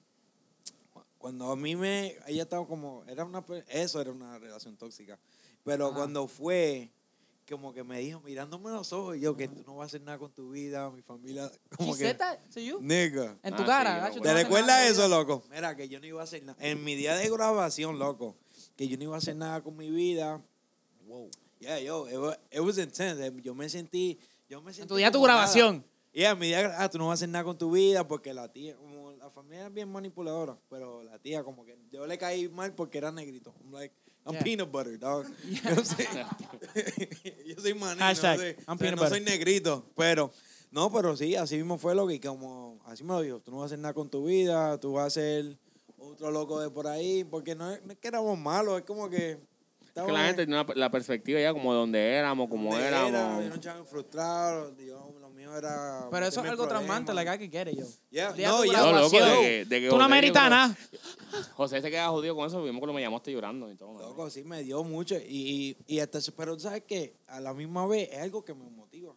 S2: cuando a mí me, ella estaba como, era una, pe- eso era una relación tóxica, pero cuando fue, como que me dijo, mirándome a los ojos, y yo, que tú no vas a hacer nada con tu vida, mi familia, como
S5: She
S2: que,
S5: said that to you?
S2: nigga.
S5: En tu
S1: Ah,
S5: cara.
S1: sí,
S5: Nacho,
S1: bueno.
S5: tú
S2: ¿Te
S5: no haces
S2: recuerdas
S5: nada.
S2: eso, loco? Mira, que yo no iba a hacer nada, en mi día de grabación, loco, que yo no iba a hacer nada con mi vida, wow, yeah, yo, it wa- it was intense, yo me sentí, yo me sentí
S5: En tu día tu
S2: como nada.
S5: grabación.
S2: Y a mi día, ah, tú no vas a hacer nada con tu vida porque la tía, como la familia es bien manipuladora, pero la tía como que yo le caí mal porque era negrito. I'm like, I'm
S4: Yeah.
S2: peanut butter, dog. Yo, soy, yo soy maní,
S4: Hashtag,
S2: no, soy,
S4: I'm
S2: o sea,
S4: peanut
S2: no soy
S4: butter.
S2: negrito, pero no, pero sí, así mismo fue lo que como así me lo dijo, tú no vas a hacer nada con tu vida, tú vas a ser otro loco de por ahí, porque no, es- no es que éramos malos, es como que
S1: Es que la gente tiene una- la perspectiva ya como donde éramos, como
S2: donde
S1: éramos.
S2: era, yo no estaba frustrado, yo, lo mío era
S4: Pero eso es
S2: meterme en
S4: algo traumante,
S2: problemas.
S4: la cara que quiere yo.
S2: Yeah,
S4: Día
S2: no,
S4: tu
S2: yo-
S1: No, loco,
S4: grabación.
S1: de que- de que
S4: Tú no
S1: José
S4: ameritas
S1: llegó-
S4: nada.
S1: José se queda jodido con eso, vimos cuando me llamaste llorando y todo.
S2: Loco, sí, me dio mucho. Y, y, y hasta, eso- pero sabes que a la misma vez es algo que me motiva.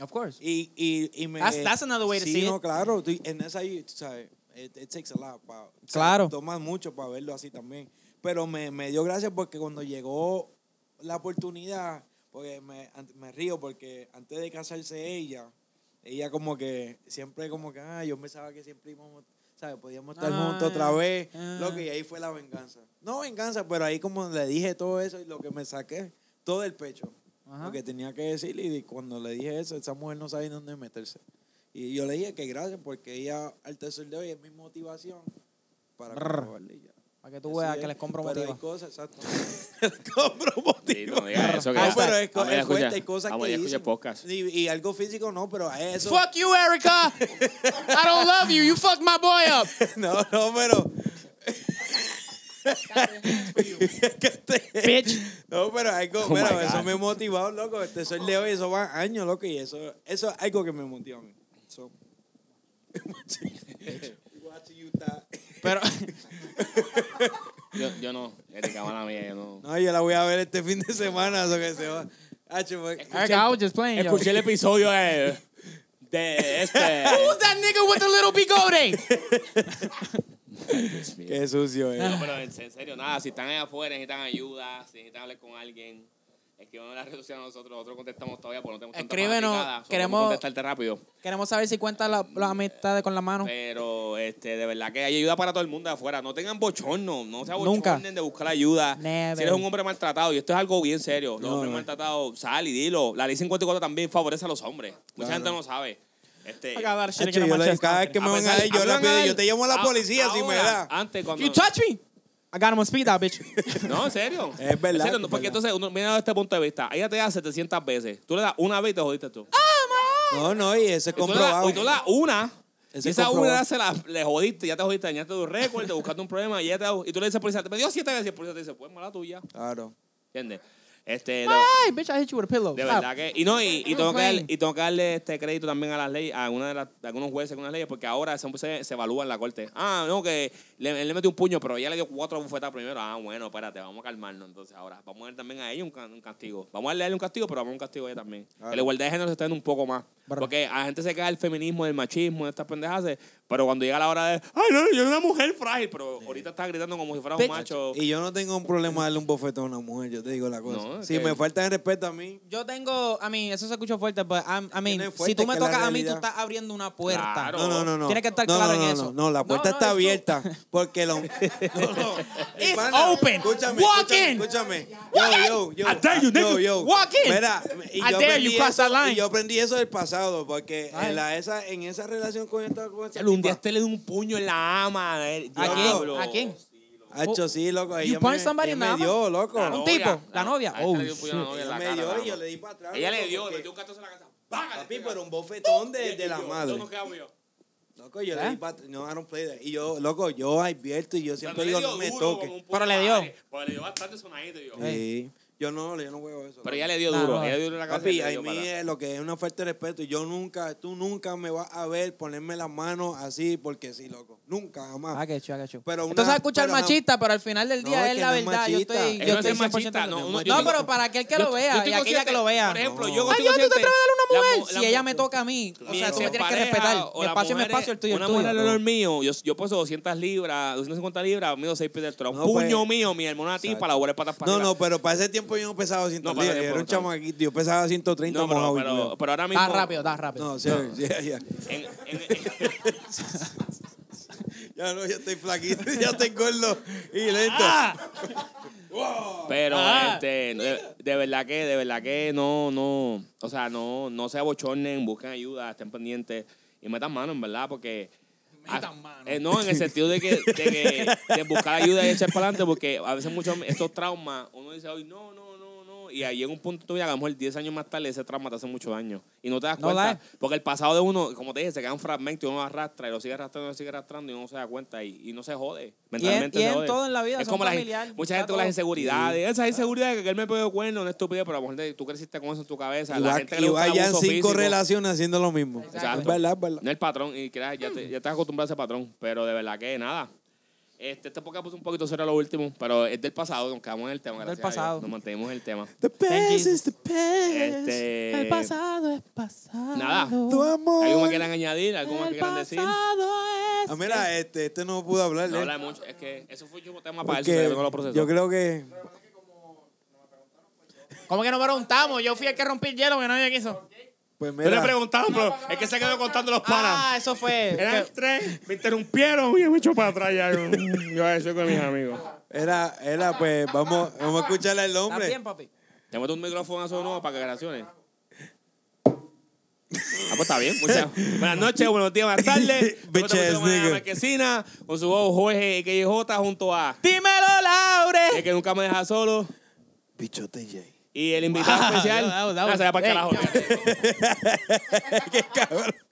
S4: Of course.
S2: Y, y, y me.
S4: That's- that's another way to
S2: sí,
S4: see
S2: no,
S4: it.
S2: claro. tú- En esa, tú sabes, it, it takes a lot. pa- o sea,
S4: Claro.
S2: Toma mucho para verlo así también. Pero me, me dio gracias porque cuando llegó la oportunidad, porque me, an- me río porque antes de casarse ella, ella como que siempre como que, ah, yo pensaba que siempre íbamos, ¿sabes? Podíamos estar
S4: Ah,
S2: juntos otra vez.
S4: ah.
S2: Loco, y ahí fue la venganza. No venganza, pero ahí como le dije todo eso y lo que me saqué, todo el pecho.
S4: Ajá.
S2: Lo que tenía que decir y cuando le dije eso, esa mujer no sabía dónde meterse. Y yo le dije que gracias porque ella al tercer de hoy es mi motivación para
S4: Brr.
S2: comprobarle ya.
S4: Para que tú
S2: Así
S4: veas
S2: es.
S4: que les compro
S2: Pero
S4: motivo.
S2: hay cosas, exacto. les compro
S1: Sí,
S2: motivo.
S1: no digas eso, que
S2: No,
S1: ya-
S2: pero es, co-
S1: Amelia
S2: es fuerte,
S1: escucha-
S2: hay cosas que
S1: Amelia escucha
S2: dicen.
S1: podcast.
S2: Y, y algo físico no, pero a eso...
S5: Fuck you, Erica. I don't love you. You fucked my boy up.
S2: No, no, pero... Que te-
S5: Bitch.
S2: No, pero algo,
S1: Oh my
S2: pero eso
S1: God.
S2: me motivó, loco. Este soy de hoy, eso va años, loco, y eso, eso es algo que me motiva a mí. So, watching you die.
S4: Pero,
S1: Yo, yo no, Erika, mala mía, yo no.
S2: No, yo la voy a ver este fin de semana, eso que se va. Ah, chico,
S5: Erica, I was just playing. yo.
S1: Escuché el episodio de, de este.
S5: Who's that nigga with the little bigote?
S2: Qué sucio, eh.
S1: No, pero en en serio, nada, si están allá afuera, necesitan ayuda, si necesitan hablar con alguien, escriban en las redes sociales a nosotros, nosotros contestamos todavía porque no tenemos tanta
S4: Escríbenos,
S1: fanaticada, so
S4: queremos-
S1: podemos contestarte rápido.
S4: queremos saber si cuenta la, la amistad de con la mano.
S1: Pero este, de verdad que hay ayuda para todo el mundo de afuera. No tengan bochorno, no se
S4: Nunca.
S1: abochornen de buscar ayuda.
S4: Never.
S1: Si eres un hombre maltratado, y esto es algo bien serio, los
S2: No,
S1: hombres
S2: no.
S1: maltratados, sal y dilo. La ley 54 también favorece a los hombres. Mucha gente no sabe. Este,
S2: Hacho, yo le- cada vez que me
S1: a
S2: van a
S1: pesar-
S2: dar, yo le
S1: Ah, pues hablan
S2: pido,
S1: al-
S2: yo te llamo a la
S1: a-
S2: policía si me
S1: ahora,
S2: da.
S1: Antes, cuando,
S4: You touch me. I got him on speed, that bitch.
S1: No, en serio.
S2: Es verdad,
S1: En serio,
S2: es
S1: porque
S2: verdad.
S1: entonces uno mira desde este punto de vista. Ella te da 700 veces. Tú le das una vez y te jodiste tú.
S2: No, no, y eso es
S1: Y tú le das-
S2: Ah, comprobado.
S1: y tú le das una.
S2: Ese
S1: y esa
S2: comprobado.
S1: una se la, le jodiste, ya te jodiste, dañaste tu récord, te buscaste un problema y, ella te da- y tú le dices al policía, te me dio siete veces y el policía te dice, pues mala tuya.
S2: Claro.
S1: ¿Entiendes? Este,
S4: Ah,
S1: lo-
S5: Ay, bitch, I hit you with a pillow.
S1: de
S5: Stop.
S1: verdad que. Y no, y, y tengo que
S5: Plain.
S1: darle, y tengo que darle este crédito también a las leyes, a, una de las- a algunos jueces, a algunas leyes, porque ahora se, se, se evalúa en la corte. Ah, no, que le, él le metió un puño, pero ella le dio cuatro bufetadas primero. Ah, bueno, espérate, vamos a calmarnos. Entonces, ahora vamos a dar también a ella un, ca- un castigo. Vamos a darle a él un castigo, pero vamos a un castigo a ella también. Que la igualdad de género se está dando un poco más. Porque a la gente se queda el feminismo, el machismo, estas pendejas, pero cuando llega la hora de. Ay, no, yo soy una mujer frágil, pero ahorita está gritando como si fuera un
S4: Bitch.
S1: macho.
S2: Y yo no tengo un problema darle un bofetón a una mujer, yo te digo la cosa.
S1: No, es
S2: si
S1: que-
S2: me falta de respeto a mí,
S4: Yo tengo, a mí, eso se escucha fuerte, pero a mí,
S2: Tiene fuerte
S4: si tú me
S2: que la
S4: tocas a mí, tú
S2: realidad-
S4: estás abriendo una puerta.
S1: Claro.
S2: No, no, no, no.
S4: Tiene que estar
S2: No,
S4: claro
S2: no, no,
S4: en
S2: no,
S4: eso.
S2: No, la puerta
S4: No, no,
S2: está
S4: es-
S2: abierta. Porque lo. No, no.
S5: It's
S2: Pana,
S5: open.
S2: Escúchame.
S5: Walk
S2: escúchame,
S5: in.
S2: Escúchame.
S5: Walk in.
S2: Yo, yo, yo.
S6: I dare you,
S2: Yo,
S6: nigga.
S2: yo.
S5: Walk in.
S2: Mira, y
S5: I
S2: yo
S5: dare
S2: aprendí
S5: you cross
S2: eso-
S5: that line.
S2: Y yo aprendí eso del pasado. Porque
S4: Ay.
S2: en, la, esa, en esa relación con esta. Con esta
S1: Chalo, Un día
S2: tipa,
S1: este le dio un puño en la ama. ¿A quién?
S4: ¿A
S2: Diablo.
S4: quién? ¿A quién?
S2: Hacho, sí, loco.
S4: You
S2: Ella
S4: punch
S2: me,
S4: somebody
S2: ella
S4: in
S2: me
S4: the
S2: dio, loco.
S1: La
S4: Un
S1: novia,
S4: tipo, la novia.
S1: a esta
S4: Oh,
S1: le dio un puño a la novia en
S2: Ella
S1: la
S2: me
S1: cara,
S2: dio
S1: la
S2: y yo
S1: ama.
S2: le di para atrás.
S1: Ella le
S2: loco,
S1: dio,
S2: porque-
S1: le dio un catazo en la casa. ¡Págale!
S2: Papi, pero un bofetón de, de la
S1: Yo,
S2: madre.
S1: yo no quedaba yo.
S2: Loco, yo le di para No, I don't play that. Y yo, loco, yo advierto y yo siempre
S1: Pero
S2: digo,
S1: le
S2: no
S1: dio
S2: me
S1: duro, como
S2: toques.
S1: un
S4: Pero le dio.
S1: puño, Pero le dio bastante sonadito. yo.
S2: Sí. Yo no, yo no juego eso.
S1: Pero ella le dio
S4: Claro.
S1: duro. Ella le dio duro en la casa. y
S2: Papi,
S1: le
S2: a
S1: dio
S2: mí
S1: para-
S2: es lo que es una falta de respeto. Yo nunca, tú nunca me vas a ver ponerme las manos así porque sí, loco. Nunca, jamás.
S4: Ah, qué chulo, qué chulo.
S2: Pero una-
S4: Entonces escuchar
S2: pero una-
S4: machista, pero al final del
S2: No, es
S4: día es
S2: que
S4: la
S2: no es
S4: verdad. Yo
S2: machista.
S4: estoy,
S2: Es
S4: yo
S1: no
S4: estoy
S1: es machista,
S4: 100%
S1: no,
S4: de
S1: uno-
S4: acuerdo.
S1: yo
S4: No, pero
S1: tengo-
S4: para aquel que lo
S1: Yo-
S4: vea
S1: yo estoy
S4: y aquella
S1: consciente,
S4: que lo vea.
S1: Por ejemplo,
S2: No.
S1: yo
S4: Ay,
S1: estoy
S4: yo no te
S1: consciente-
S4: atreves a
S1: la
S4: darle a una
S1: mu-
S4: mujer.
S1: la
S4: Si ella
S1: mu-
S4: me toca a mí, o sea,
S1: Mientras
S4: tú me tienes que
S1: pareja
S4: respetar.
S1: o
S4: Mi
S1: la
S4: espacio es mi
S1: mujer
S4: espacio, el tuyo
S1: Una
S4: es tuyo.
S1: mujer al olor mío, yo, yo peso 200 libras, 250 libras, mido 6 pies de altura. Un
S2: No, pues-
S1: puño mío, mi hermana tipa, la huele patas para
S2: No,
S1: arriba.
S2: no, pero para ese tiempo yo no pesaba 100
S1: No, para ese tiempo
S2: libras. Yo era un
S1: no estaba.
S2: chamaquito. Yo pesaba 130
S1: No, pero,
S2: mojado,
S1: pero,
S2: yo.
S1: pero ahora mismo.
S5: Da rápido, da rápido.
S2: No, sí, sí, ya, ya.
S1: en- en- en-
S2: Ya no, ya estoy flaquito, ya estoy gordo y lento.
S1: Ah. Pero
S5: Ah.
S1: este, de, de verdad que, de verdad que no, no, o sea, no, no se abochornen, busquen ayuda, estén pendientes y metan mano, en verdad, porque
S5: Metan
S1: ah,
S5: mano.
S1: eh, no, en el sentido de que, de que- de buscar ayuda y echar para adelante, porque a veces muchos estos traumas, uno dice hoy no, no, no, no. Y ahí en un punto de tu vida, a lo mejor 10 años más tarde, ese trauma te hace mucho daño. Y no te das
S4: No
S1: cuenta.
S4: da.
S1: Porque el pasado de uno, como te dije, se queda un fragmento y uno lo arrastra y lo sigue arrastrando y lo sigue arrastrando y uno no se da cuenta y, y no se jode. Mentalmente
S4: y
S1: se
S4: en
S1: jode.
S4: todo en la vida,
S1: Es
S4: son
S1: como las-
S4: familiar,
S1: mucha
S4: está
S1: gente con las
S4: todo.
S1: inseguridades.
S2: Ah.
S1: Esas inseguridades que él me pegó cuerno, una estupidez, pero a lo mejor te- tú creciste con eso en tu cabeza.
S2: Y
S1: la
S2: va-
S1: gente que
S2: y
S1: le gusta el
S2: vayan
S1: abuso
S2: cinco
S1: físico.
S2: relaciones haciendo lo mismo.
S1: Exacto.
S2: Es verdad, es verdad.
S1: No el patrón, y creas, ya, te, ya estás acostumbrado a ese patrón, pero de verdad que nada. Este, este podcast puso un poquito cero a lo último, pero es del pasado, nos quedamos en el tema.
S4: Del
S1: gracias a Dios.
S4: pasado.
S1: Nos mantenemos en el tema.
S3: The past
S4: Jesus.
S3: is the past.
S1: Este,
S5: El pasado es pasado.
S1: Nada.
S3: Tu amor.
S1: ¿Algo más quieran añadir? ¿Algo más
S5: El
S1: quieran decir?
S5: pasado es.
S2: Ah, mira, este, este no pudo hablar.
S1: No
S2: ¿eh?
S1: habla mucho. Es que eso fue un tema para él,
S2: Porque
S1: se lo procesó.
S2: yo creo que.
S5: ¿Cómo que no me preguntamos? Yo fui el que rompí el hielo que nadie quiso.
S2: Pues
S1: Yo le
S2: mira,
S1: preguntaron, pero es que se quedó contando los panas.
S5: Ah, eso fue.
S1: Eran tres, me interrumpieron y me echó para atrás ya. Yo a eso con mis amigos.
S2: era, era, pues vamos, vamos a escucharle al
S4: ¿Estás
S2: hombre.
S4: bien, papi?
S1: Te meto un micrófono a su nuevo para que gracione. Ah, pues está bien, muchas. Buenas noches, buenos días, buenas tardes.
S2: Bitch ass nigga.
S1: de Marquesina, con su voz Jorge KJ junto a
S4: ¡Dímelo,
S1: el
S4: Laure!
S1: que nunca me deja solo
S2: Bichote J.
S1: y el invitado especial.
S5: no, no, no.
S1: Ah, se va para el
S5: Ey.
S1: carajo.
S2: Qué cabrón.